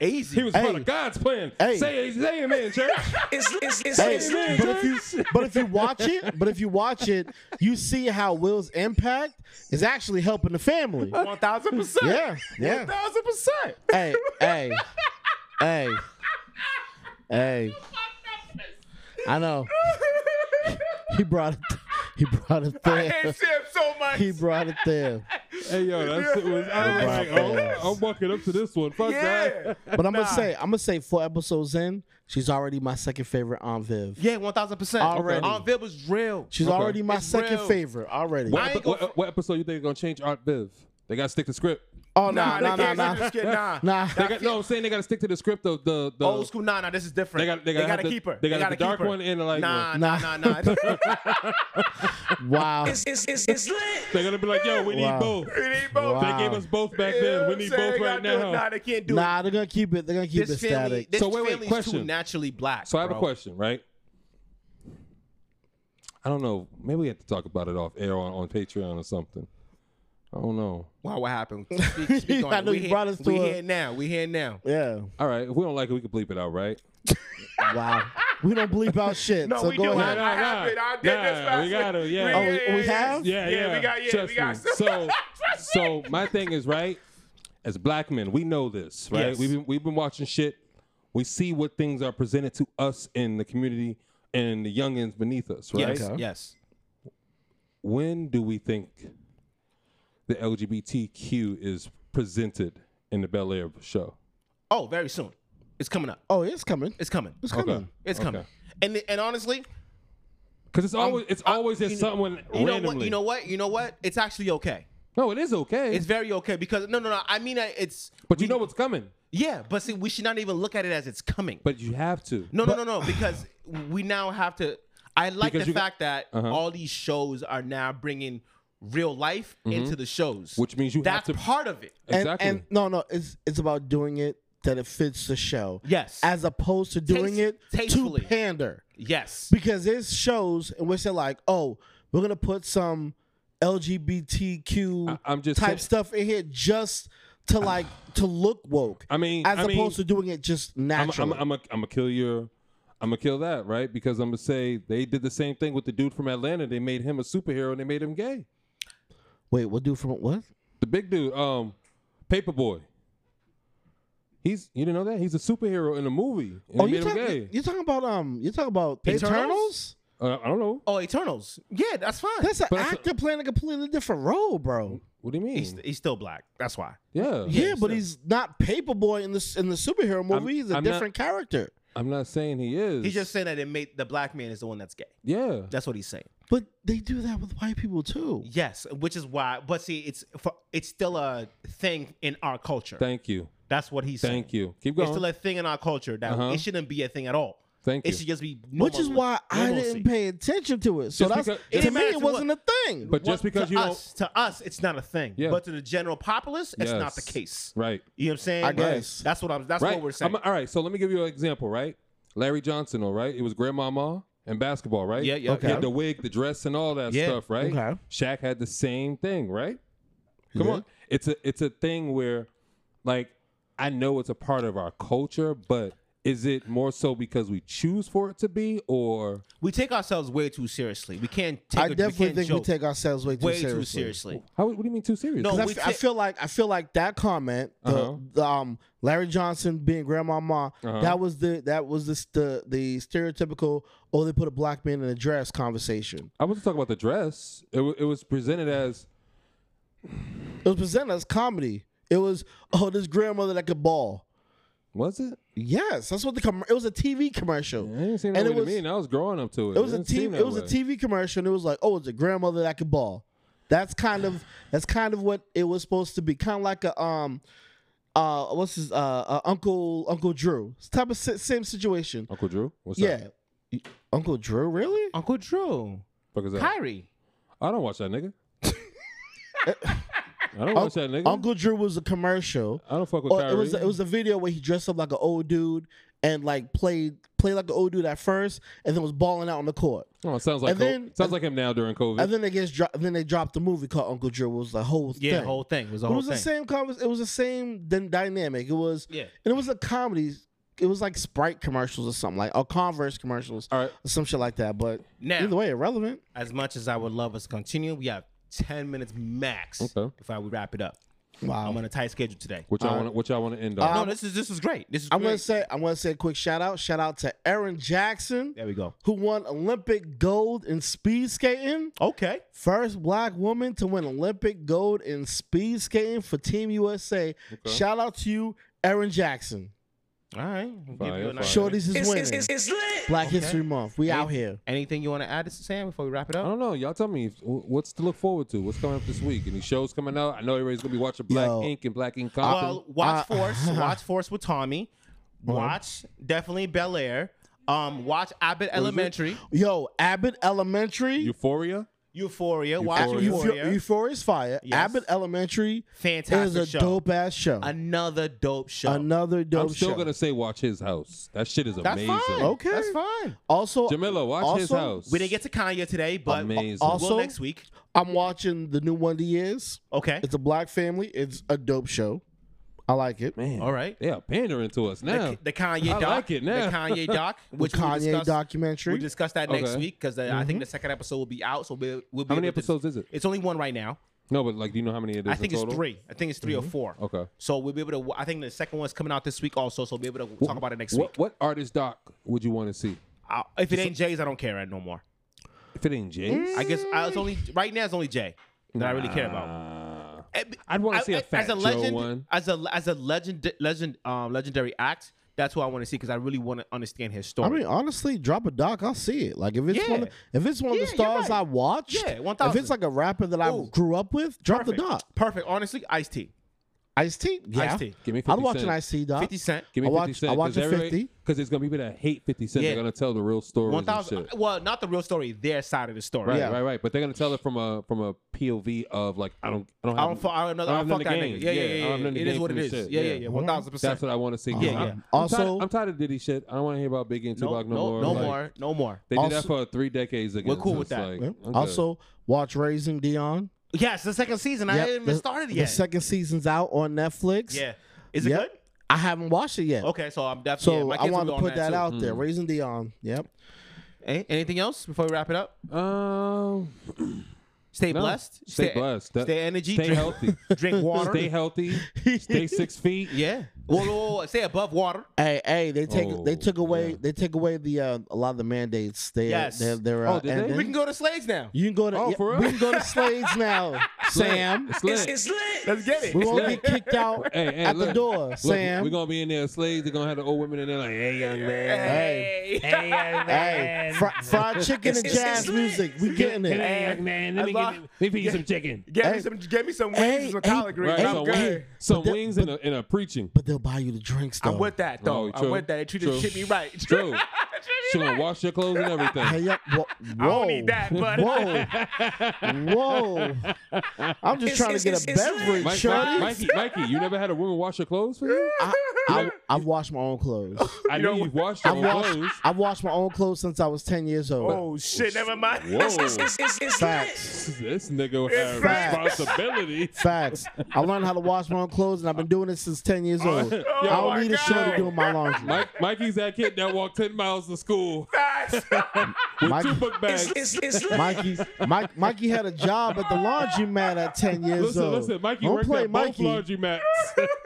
Speaker 1: easy.
Speaker 3: He was part
Speaker 2: Hey.
Speaker 3: of God's plan.
Speaker 2: Hey.
Speaker 3: Say, say amen, church.
Speaker 5: It's, it's, it's,
Speaker 2: Hey,
Speaker 5: it's lit.
Speaker 2: but if you but if you watch it, but if you watch it, you see how Will's impact is actually helping the family.
Speaker 1: one thousand percent.
Speaker 2: Yeah, yeah.
Speaker 1: thousand percent.
Speaker 2: hey, hey, hey, hey. I know. He brought it. He brought it there.
Speaker 1: Sam so much.
Speaker 2: He brought it there.
Speaker 3: hey, yo, that shit was, I was like, oh, I'm walking up to this one. Fuck
Speaker 1: yeah.
Speaker 3: that.
Speaker 2: But I'm gonna say, I'm gonna say, four episodes in, she's already my second favorite Aunt Viv.
Speaker 1: Yeah, one thousand percent.
Speaker 2: Already.
Speaker 1: Aunt Viv was real.
Speaker 2: She's
Speaker 3: Okay.
Speaker 2: already my
Speaker 1: It's
Speaker 2: second
Speaker 1: real.
Speaker 2: favorite already.
Speaker 1: I
Speaker 3: What,
Speaker 1: ain't
Speaker 3: epi-
Speaker 1: gonna-
Speaker 3: what, uh, what episode you think is going to change Art Viv? They got to stick to script.
Speaker 2: Oh
Speaker 1: Nah, they
Speaker 2: no, no, no,
Speaker 1: can't do
Speaker 2: no,
Speaker 1: this shit, nah.
Speaker 2: nah.
Speaker 3: They got, no, I'm saying they got to stick to the script of the, the
Speaker 1: Old school, nah, nah, this is different.
Speaker 3: They got- they gotta have the-
Speaker 1: keep her.
Speaker 3: they gotta
Speaker 1: gotta
Speaker 3: the dark
Speaker 1: keep her.
Speaker 3: one and the light
Speaker 1: nah,
Speaker 3: one.
Speaker 1: Nah, nah, nah,
Speaker 2: Wow.
Speaker 5: It's, it's, it's, it's lit.
Speaker 3: They're going to be like, yo, we need
Speaker 2: Wow.
Speaker 3: both.
Speaker 1: We need both.
Speaker 2: Wow.
Speaker 3: They gave us both back
Speaker 1: You know
Speaker 3: then.
Speaker 1: what
Speaker 3: We
Speaker 1: I'm
Speaker 3: need
Speaker 1: saying?
Speaker 3: both
Speaker 1: They gotta
Speaker 3: right
Speaker 1: do it.
Speaker 3: now.
Speaker 1: Nah, they can't do
Speaker 2: Nah, they're gonna keep it. They're gonna
Speaker 1: it.
Speaker 2: keep
Speaker 1: This
Speaker 2: it
Speaker 1: family,
Speaker 2: static.
Speaker 1: this
Speaker 3: So wait, wait,
Speaker 1: family's too
Speaker 3: question.
Speaker 1: naturally black.
Speaker 3: So I have
Speaker 1: bro.
Speaker 3: a question, right? I don't know. Maybe we have to talk about it off air on, on Patreon or something. I don't know.
Speaker 1: Wow, what happened? Speak, speak on
Speaker 2: I
Speaker 1: it.
Speaker 2: know
Speaker 1: we
Speaker 2: you
Speaker 1: here,
Speaker 2: brought us to
Speaker 1: we
Speaker 2: a-
Speaker 1: here now. We here now.
Speaker 2: Yeah.
Speaker 3: All right, if we don't like it, we can bleep it out, right?
Speaker 2: Wow. we don't bleep out shit.
Speaker 1: No,
Speaker 2: so
Speaker 1: we
Speaker 2: go
Speaker 1: do.
Speaker 2: ahead.
Speaker 1: I, I have it. I did
Speaker 3: Nah,
Speaker 1: this last
Speaker 3: we got
Speaker 1: week.
Speaker 3: it, yeah.
Speaker 1: We-
Speaker 3: Oh,
Speaker 2: we- we have?
Speaker 3: Yeah, yeah.
Speaker 1: we got. Yeah,
Speaker 3: Trust
Speaker 1: we got.
Speaker 3: me. So, so my thing is right. as black men, we know this, right?
Speaker 1: Yes.
Speaker 3: We've been, we've been watching shit. We see what things are presented to us in the community and the youngins beneath us, right?
Speaker 1: Yes, yes.
Speaker 3: When do we think the LGBTQ is presented in the Bel Air show?
Speaker 1: Oh, very soon. It's coming up.
Speaker 2: Oh, it's coming.
Speaker 1: It's coming.
Speaker 2: It's coming.
Speaker 1: It's
Speaker 3: Okay.
Speaker 1: coming. And and honestly,
Speaker 3: Because it's always it's
Speaker 1: I'm-
Speaker 3: always
Speaker 1: Um, you
Speaker 3: just
Speaker 1: know-
Speaker 3: someone
Speaker 1: you know
Speaker 3: randomly.
Speaker 1: what? You know what? You know what? It's actually okay.
Speaker 3: no, it is okay.
Speaker 1: It's very okay because no, no, no. I mean, I- it's
Speaker 3: but you
Speaker 1: we-
Speaker 3: know what's coming.
Speaker 1: Yeah, but see, we should not even look at it as it's coming.
Speaker 3: But you have to.
Speaker 1: no, no, no, no, because we now have to. I like
Speaker 3: Because
Speaker 1: the
Speaker 3: you got-
Speaker 1: fact that
Speaker 3: Uh-huh.
Speaker 1: all these shows are now bringing real life into the shows,
Speaker 3: Mm-hmm. Which means you have
Speaker 1: that's
Speaker 3: to-
Speaker 1: part of it.
Speaker 2: And,
Speaker 3: Exactly.
Speaker 2: and no, no, it's it's about doing it that it fits the show.
Speaker 1: Yes.
Speaker 2: As opposed to doing
Speaker 1: Taste-
Speaker 2: it
Speaker 1: tastefully.
Speaker 2: to pander.
Speaker 1: Yes,
Speaker 2: Because there's shows in which they're like, oh, we're gonna put some LGBTQ
Speaker 3: I- I'm just
Speaker 2: type
Speaker 3: saying-
Speaker 2: stuff in here just to like to look woke.
Speaker 3: I mean-
Speaker 2: as
Speaker 3: I mean-
Speaker 2: opposed to doing it just
Speaker 3: I'm
Speaker 2: naturally.
Speaker 3: I'm I'm a, I'm a kill your I'm gonna kill that, right? Because I'm gonna say they did the same thing with the dude from Atlanta. They made him a superhero and they made him gay.
Speaker 2: Wait, what do from what?
Speaker 3: The big dude, um, Paperboy. He's you didn't know that he's a superhero in a movie. And
Speaker 2: Oh, you
Speaker 3: they made him
Speaker 2: talking,
Speaker 3: gay.
Speaker 2: you talking about um? You talking about
Speaker 1: Eternals?
Speaker 2: Eternals?
Speaker 3: Uh, I don't know.
Speaker 1: Oh, Eternals. Yeah, that's fine.
Speaker 2: That's an
Speaker 3: But that's a-
Speaker 2: actor playing a completely different role, bro.
Speaker 3: What do you mean?
Speaker 1: he's, he's still black. That's why.
Speaker 3: yeah.
Speaker 2: Yeah, but he's not Paperboy in this in the superhero movie. he's a
Speaker 3: I'm not-
Speaker 2: different character.
Speaker 3: I'm not saying he is.
Speaker 1: He's just saying that it made the black man is the one that's gay.
Speaker 3: yeah.
Speaker 1: That's what he's saying.
Speaker 2: But they do that with white people too.
Speaker 1: Yes, which is why. But see, it's for, it's still a thing in our culture.
Speaker 3: Thank you.
Speaker 1: That's what he's saying.
Speaker 3: Thank you. Keep
Speaker 1: It's
Speaker 3: going.
Speaker 1: still a thing in our culture that
Speaker 3: Uh-huh.
Speaker 1: it shouldn't be a thing at all.
Speaker 3: Thank
Speaker 1: it
Speaker 3: you.
Speaker 1: should just be.
Speaker 2: Which
Speaker 1: normal-
Speaker 2: is why I
Speaker 1: normalcy.
Speaker 2: didn't pay attention to it. So
Speaker 3: Just
Speaker 2: that's
Speaker 3: because-
Speaker 2: to
Speaker 1: It
Speaker 2: me
Speaker 1: matters
Speaker 2: it wasn't a thing.
Speaker 3: but just
Speaker 1: What-
Speaker 3: because
Speaker 1: to
Speaker 3: you
Speaker 1: us, to us, it's not a thing.
Speaker 3: Yeah.
Speaker 1: But to the general populace, it's not
Speaker 3: Yes.
Speaker 1: the case.
Speaker 3: don't. Right.
Speaker 1: You know what I'm saying?
Speaker 2: I guess.
Speaker 1: that's what I'm. That's
Speaker 3: right.
Speaker 1: what we're saying.
Speaker 3: I'm- all right. So let me give you an example. Right. Larry Johnson. All right. It was Grandmama and basketball. Right.
Speaker 1: Yeah, yeah,
Speaker 3: He had
Speaker 1: okay.
Speaker 3: the wig, the dress, and all that
Speaker 1: Yeah,
Speaker 3: stuff. Right.
Speaker 2: okay.
Speaker 3: Shaq had the same thing. Right. Come on. It's a it's a thing where, like, I know it's a part of our culture, but is it more so because we choose for it to be, or
Speaker 1: we take ourselves way too seriously. We can't. Take
Speaker 2: I
Speaker 1: a- we
Speaker 2: definitely
Speaker 1: can't
Speaker 2: think
Speaker 1: joke
Speaker 2: we take ourselves way too
Speaker 1: way
Speaker 2: seriously.
Speaker 1: too seriously.
Speaker 3: how? What do you mean too serious?
Speaker 1: No,
Speaker 2: 'Cause I
Speaker 1: we
Speaker 2: f- I
Speaker 1: ta-
Speaker 2: feel like I feel like that comment, the,
Speaker 3: Uh-huh.
Speaker 2: the, um, Larry Johnson being grandmama,
Speaker 3: Uh-huh.
Speaker 2: that was the that was the, the the stereotypical. Oh, they put a black man in a dress conversation.
Speaker 3: I wasn't talking about the dress. It, w- it was presented as
Speaker 2: It was presented as comedy. It was oh, this grandmother that could ball.
Speaker 3: was it?
Speaker 2: Yes, that's what the com- it was a TV commercial.
Speaker 3: It didn't seem that
Speaker 2: And
Speaker 3: way
Speaker 2: it
Speaker 3: to
Speaker 2: was-
Speaker 3: me. And I was growing up to it.
Speaker 2: It was a
Speaker 3: didn't seem
Speaker 2: TV.
Speaker 3: that
Speaker 2: It was a
Speaker 3: way.
Speaker 2: TV commercial, and it was like, oh, it's a grandmother that could ball. That's kind of that's kind of what it was supposed to be. Kind of like a um, uh, what's his uh, uh Uncle Uncle Drew It's type of si- same situation.
Speaker 3: Uncle Drew. What's
Speaker 2: yeah,
Speaker 3: up?
Speaker 2: Y- Uncle Drew, really?
Speaker 1: Uncle Drew,
Speaker 3: Fuck is that?
Speaker 1: Kyrie.
Speaker 3: I don't watch that nigga. I don't watch that nigga.
Speaker 2: Uncle Drew was a commercial.
Speaker 3: I don't fuck with
Speaker 2: Or
Speaker 3: Kyrie.
Speaker 2: it was it was a video where he dressed up like an old dude and like played played like an old dude at first, and then was balling out on the court.
Speaker 3: oh, it sounds like
Speaker 2: and
Speaker 3: Co-
Speaker 2: then-
Speaker 3: sounds like him now during COVID.
Speaker 2: And then they gets dro- then they dropped the movie called Uncle Drew. It was the whole
Speaker 1: Yeah,
Speaker 2: thing.
Speaker 1: the whole thing It was the
Speaker 2: It
Speaker 1: whole
Speaker 2: was
Speaker 1: thing.
Speaker 2: the same convers- It was the same din- dynamic. It was
Speaker 1: Yeah.
Speaker 2: and it was a comedy. It was like Sprite commercials or something like or Converse commercials
Speaker 3: All right.
Speaker 2: or some shit like that. But
Speaker 1: Now-
Speaker 2: either way, irrelevant.
Speaker 1: As much as I would love us to continue, we have ten minutes max.
Speaker 3: Okay.
Speaker 1: If I would wrap it up,
Speaker 2: Wow.
Speaker 1: I'm on a tight schedule today.
Speaker 3: Which I
Speaker 2: Uh,
Speaker 3: want. Which I want to end
Speaker 1: no,
Speaker 3: on.
Speaker 1: this is this is great. This is.
Speaker 2: I'm
Speaker 1: great.
Speaker 2: gonna say I'm gonna say a quick shout out. Shout out to Aaron Jackson,
Speaker 1: There we go.
Speaker 2: who won Olympic gold in speed skating.
Speaker 1: Okay.
Speaker 2: First black woman to win Olympic gold in speed skating for Team USA. Shout out to you, Aaron Jackson.
Speaker 1: All right. We'll give
Speaker 3: Fire,
Speaker 1: you a nice-
Speaker 3: fire.
Speaker 2: Shorties is
Speaker 5: It's,
Speaker 2: winning.
Speaker 5: it's, it's, it's lit.
Speaker 2: black History Month. We out here.
Speaker 1: Anything you want to add, Sam, before we wrap it
Speaker 3: I
Speaker 1: up?
Speaker 3: don't know. Y'all tell me if, what's to look forward to. What's coming up this week? Any shows coming out? I know everybody's gonna be watching Black
Speaker 2: Yo.
Speaker 3: Ink and Black Ink
Speaker 1: Well,
Speaker 3: Compton.
Speaker 1: watch Force. Watch Force with Tommy. Watch definitely Bel Air. Um, watch Abbott Elementary.
Speaker 2: Yo, Abbott Elementary.
Speaker 3: Euphoria.
Speaker 1: Euphoria. Watch
Speaker 3: Euphoria.
Speaker 1: Euphoria.
Speaker 2: Euphoria's fire.
Speaker 1: Yes.
Speaker 2: Abbott Elementary
Speaker 1: Fantastic
Speaker 2: is a
Speaker 1: show.
Speaker 2: dope ass show.
Speaker 1: Another dope show.
Speaker 2: Another dope
Speaker 3: I'm still
Speaker 2: show.
Speaker 3: gonna say watch his house. That shit is
Speaker 1: That's
Speaker 3: amazing.
Speaker 1: fine.
Speaker 2: Okay.
Speaker 1: That's fine.
Speaker 2: also,
Speaker 3: Jamila, watch his
Speaker 2: also,
Speaker 3: house.
Speaker 1: We didn't get to Kanye today, but
Speaker 3: Amazing.
Speaker 1: also
Speaker 2: Also-
Speaker 1: will next week.
Speaker 2: I'm watching the new one to years.
Speaker 1: Okay.
Speaker 2: It's a black family. It's a dope show. I like it.
Speaker 3: Man,
Speaker 1: All right.
Speaker 3: They are pandering to us now.
Speaker 1: The, the Kanye
Speaker 3: I
Speaker 1: doc.
Speaker 3: like it now.
Speaker 1: The Kanye doc. Which we'll
Speaker 2: Kanye
Speaker 1: discuss-
Speaker 2: documentary.
Speaker 1: We'll discuss that next
Speaker 3: Okay.
Speaker 1: week because I think the second episode will be out. So we'll, we'll be
Speaker 3: How many
Speaker 1: able to-
Speaker 3: episodes is it?
Speaker 1: It's only one right now.
Speaker 3: No, but like, do you know how many it is?
Speaker 1: I
Speaker 3: in
Speaker 1: think
Speaker 3: total? Mm-hmm.
Speaker 1: it's three. I think it's 3 or four.
Speaker 3: Okay.
Speaker 1: So we'll be able to. I think the second one's coming out this week also. So we'll be able to talk about it next
Speaker 3: What,
Speaker 1: week.
Speaker 3: what artist doc would you want to see?
Speaker 1: I, if it ain't Jay's, I don't care no more.
Speaker 3: If it ain't James,
Speaker 1: I guess I, it's only right now. It's only Jay that I really care about.
Speaker 3: uh,
Speaker 1: And-
Speaker 3: I'd wanna see a
Speaker 1: I- eh,
Speaker 3: Fat Joe
Speaker 1: legend,
Speaker 3: one.
Speaker 1: As a as a legend legend um legendary act. That's who I want to see because I really want to understand his story.
Speaker 2: I mean, honestly, drop a doc. I'll see it. Like if it's
Speaker 1: Yeah.
Speaker 2: one, of, if it's one
Speaker 1: Yeah,
Speaker 2: of the
Speaker 1: you're
Speaker 2: stars
Speaker 1: right.
Speaker 2: I watched.
Speaker 1: Yeah,
Speaker 2: If
Speaker 1: 1000.
Speaker 2: it's like a rapper that I
Speaker 1: Ooh.
Speaker 2: grew up with, drop
Speaker 1: Perfect.
Speaker 2: the doc.
Speaker 1: Perfect. Honestly, Ice T,
Speaker 2: Ice T. Yeah.
Speaker 1: Ice-T.
Speaker 3: Give me 50
Speaker 2: I'd watch an
Speaker 3: Cent.
Speaker 2: Ice T doc.
Speaker 1: Fifty Cent,
Speaker 3: Give me
Speaker 2: I
Speaker 3: 50
Speaker 2: watch- I watch a 50.
Speaker 3: Because there's going to be people that hate 50 Cent.
Speaker 1: Yeah.
Speaker 3: They're going to tell the real story.
Speaker 1: one thousand. uh,
Speaker 3: shit.
Speaker 1: Well, not the real story. Their side of the story.
Speaker 3: Right,
Speaker 2: Yeah.
Speaker 3: right, right. But they're going to tell it from a from a POV of like, I don't, I don't have.
Speaker 1: I don't. fu- I don't, know- I
Speaker 3: have
Speaker 1: don't fuck that
Speaker 3: nothing to
Speaker 1: nigga.
Speaker 3: gain.
Speaker 1: Yeah, yeah,
Speaker 3: I
Speaker 1: yeah.
Speaker 3: don't have nothing to
Speaker 1: It is
Speaker 3: gain
Speaker 1: what
Speaker 3: from
Speaker 1: it is.
Speaker 3: this shit. Mm-hmm.
Speaker 1: Yeah, yeah, yeah. One thousand percent.
Speaker 3: That's what I want to see. 'cause
Speaker 1: Yeah,
Speaker 3: I'm-
Speaker 1: Uh-huh. yeah.
Speaker 3: I'm tired-
Speaker 2: Also-
Speaker 3: I'm tired of Diddy shit. I don't want to hear about Biggie and
Speaker 1: No,
Speaker 3: Tupac no,
Speaker 1: no,
Speaker 3: more.
Speaker 1: no
Speaker 3: Like,
Speaker 1: more. No more.
Speaker 3: They did that
Speaker 2: Also-
Speaker 3: for three decades ago.
Speaker 1: We're cool with that.
Speaker 3: Like,
Speaker 2: Yeah.
Speaker 3: I'm good.
Speaker 2: Also, watch Raising Dion.
Speaker 1: Yes, the second season. I
Speaker 2: Yep,
Speaker 1: haven't
Speaker 2: the-
Speaker 1: even started
Speaker 2: The
Speaker 1: yet.
Speaker 2: second season's out on Netflix.
Speaker 1: yeah. Is it
Speaker 2: Yep.
Speaker 1: good?
Speaker 2: I haven't watched it yet.
Speaker 1: Okay, so I'm definitely. yeah,
Speaker 2: So
Speaker 1: my
Speaker 2: I
Speaker 1: kids
Speaker 2: want
Speaker 1: will
Speaker 2: to
Speaker 1: be on
Speaker 2: put that,
Speaker 1: too.
Speaker 2: out there.
Speaker 3: Hmm.
Speaker 2: Raising Dion. Yep.
Speaker 1: Any- Anything else before we wrap it up?
Speaker 3: um,
Speaker 1: Stay
Speaker 3: No.
Speaker 1: blessed.
Speaker 3: Stay blessed. That-
Speaker 1: stay energy.
Speaker 3: stay
Speaker 1: drink,
Speaker 3: healthy.
Speaker 1: Drink water.
Speaker 3: stay healthy. Stay six feet.
Speaker 1: yeah. Whoa, whoa, whoa, Stay above water.
Speaker 2: Hey, hey, they take they
Speaker 3: Oh,
Speaker 2: took away
Speaker 3: yeah.
Speaker 2: they took away the uh, a lot of the mandates. They
Speaker 1: Yes.
Speaker 2: they're, they're
Speaker 3: Oh,
Speaker 2: uh,
Speaker 3: did they?
Speaker 2: ending.
Speaker 1: We can go to Slaves now.
Speaker 2: You can go to
Speaker 3: Oh, for real?
Speaker 2: we can go to Slade's now, Sam.
Speaker 3: It's lit.
Speaker 5: It's lit.
Speaker 1: Let's get it.
Speaker 2: We won't
Speaker 3: lit.
Speaker 2: get kicked out
Speaker 3: Hey, hey,
Speaker 2: at the
Speaker 3: look.
Speaker 2: door,
Speaker 3: Look,
Speaker 2: Sam.
Speaker 3: We're gonna be in there slaves. They're gonna have the old women in there like, hey young man.
Speaker 2: Hey, hey, fr- fried chicken and
Speaker 5: It's- it's
Speaker 2: jazz
Speaker 5: lit.
Speaker 2: music. We getting
Speaker 3: Hey,
Speaker 2: it.
Speaker 3: young man, let
Speaker 1: I
Speaker 3: me,
Speaker 1: love-
Speaker 3: get, let me feed you some chicken.
Speaker 1: Get
Speaker 2: Hey.
Speaker 1: me some. Get me some wings
Speaker 2: Hey,
Speaker 1: and some
Speaker 2: hey,
Speaker 1: collard greens.
Speaker 3: Right,
Speaker 2: Hey,
Speaker 1: I'm
Speaker 3: some,
Speaker 1: good.
Speaker 3: wings, some
Speaker 2: that-
Speaker 3: wings and, a, and a preaching.
Speaker 2: But they'll buy you the drinks though.
Speaker 1: I'm with that though.
Speaker 3: Oh,
Speaker 1: I'm
Speaker 3: true.
Speaker 1: with that. They treated
Speaker 3: True.
Speaker 1: shit me right.
Speaker 3: True. She
Speaker 1: Treat me
Speaker 3: gonna
Speaker 1: right.
Speaker 3: wash your clothes and everything.
Speaker 2: Hey, yo, whoa,
Speaker 1: I don't need that, but
Speaker 2: whoa, whoa. I'm just
Speaker 5: It's-
Speaker 2: trying
Speaker 5: it's-
Speaker 2: to get
Speaker 5: it's-
Speaker 2: a
Speaker 5: it's lit.
Speaker 2: beverage,
Speaker 3: Mike-
Speaker 2: shorty.
Speaker 3: Mikey, Mikey, you never had a woman wash your clothes for you?
Speaker 2: I, I, I've washed my own clothes.
Speaker 3: I know you've washed your
Speaker 2: I've
Speaker 3: own
Speaker 2: washed,
Speaker 3: clothes.
Speaker 2: I've washed my own clothes since I was 10 years old.
Speaker 1: oh shit. Never mind.
Speaker 3: Whoa,
Speaker 5: It's- it's- it's- it's lit.
Speaker 2: Facts.
Speaker 3: this nigga
Speaker 1: It's
Speaker 3: had
Speaker 2: facts.
Speaker 3: responsibility.
Speaker 2: Facts. I learned how to wash my own clothes, and I've been doing it since 10 years old.
Speaker 3: yo,
Speaker 2: I
Speaker 1: oh my
Speaker 2: don't need a shorty
Speaker 1: God.
Speaker 2: doing my laundry.
Speaker 3: Mike, Mikey's that kid that walked ten miles to school with
Speaker 2: Mike-
Speaker 3: two book bags.
Speaker 5: It's- it's- it's lit.
Speaker 2: Mikey, Mike, Mikey had a job at the laundromat at 10 years
Speaker 3: Listen,
Speaker 2: old.
Speaker 3: listen, Mikey
Speaker 2: uh, don't
Speaker 3: worked
Speaker 2: play
Speaker 3: at both
Speaker 2: Mikey.
Speaker 3: laundry mats.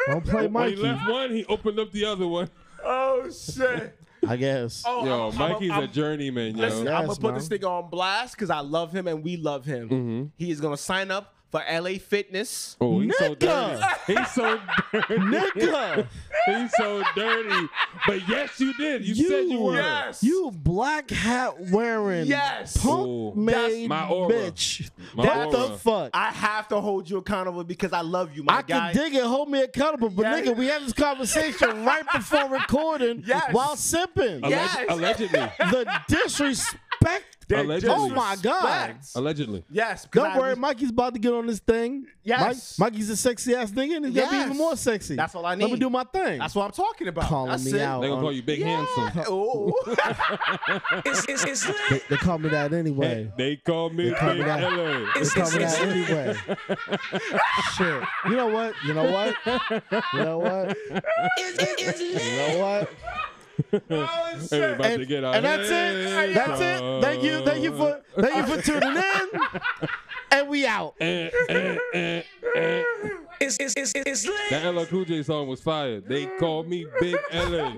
Speaker 2: Don't play
Speaker 3: When he
Speaker 2: Mikey.
Speaker 3: left one, he opened up the other one.
Speaker 1: Oh shit.
Speaker 2: I guess.
Speaker 1: Oh,
Speaker 3: Yo,
Speaker 1: I'm- I'm-
Speaker 3: Mikey's
Speaker 1: I'm-
Speaker 3: a journeyman, yo.
Speaker 1: Listen, I'm gonna
Speaker 2: Yes,
Speaker 1: put
Speaker 2: man.
Speaker 1: this nigga on blast because I love him and we love him.
Speaker 3: Mm-hmm.
Speaker 1: He is gonna sign up for LA Fitness.
Speaker 3: Oh, he's so dirty.
Speaker 2: Nigga.
Speaker 3: He's so dirty.
Speaker 2: Nigga,
Speaker 3: He's so dirty. But yes, you did. You,
Speaker 2: You
Speaker 3: said you were.
Speaker 2: were.
Speaker 1: Yes,
Speaker 2: you black hat wearing
Speaker 1: Yes.
Speaker 2: punk
Speaker 3: That's
Speaker 2: made
Speaker 3: my aura.
Speaker 2: bitch.
Speaker 3: My
Speaker 2: what
Speaker 3: aura.
Speaker 2: the fuck? I,
Speaker 1: I have to hold you accountable because I love you, my guy.
Speaker 2: can dig it, hold me accountable, but
Speaker 1: Yes.
Speaker 2: nigga, we had this conversation right before recording
Speaker 1: Yes.
Speaker 2: while sipping.
Speaker 3: Alleg-
Speaker 1: Yes.
Speaker 3: Allegedly.
Speaker 2: The disrespect.
Speaker 1: Dig
Speaker 3: Allegedly.
Speaker 2: Oh my God.
Speaker 1: disrespect.
Speaker 3: Allegedly.
Speaker 1: Yes, because
Speaker 2: Don't
Speaker 1: I
Speaker 2: worry,
Speaker 1: was-
Speaker 2: Mikey's about to get on this thing.
Speaker 1: Yes.
Speaker 2: Mike, Mikey's a sexy ass nigga, and he's gonna be
Speaker 1: Yes.
Speaker 2: even more sexy.
Speaker 1: That's all I
Speaker 2: Let me
Speaker 1: need.
Speaker 2: do my thing.
Speaker 1: That's what I'm talking about.
Speaker 2: Calling
Speaker 1: That's
Speaker 2: me
Speaker 1: it.
Speaker 2: out.
Speaker 3: They're going to call you Big Handsome.
Speaker 1: Oh.
Speaker 5: It's- it's- it's lit.
Speaker 2: they, they call me that anyway.
Speaker 3: They call me Big
Speaker 2: call me that.
Speaker 3: LA.
Speaker 2: They
Speaker 5: It's-
Speaker 2: call me
Speaker 5: it's-
Speaker 2: that anyway. Shit. You know what? You know what? You know what?
Speaker 5: It's- it's- it's lit.
Speaker 2: You know what?
Speaker 3: Everybody
Speaker 2: And,
Speaker 3: to get out.
Speaker 2: and that's it. That's it. Thank you. Thank you for thank you for tuning in. And we out.
Speaker 5: It's- it's- it's- it's lit.
Speaker 3: That LL Cool J song was fired. They call me Big LA.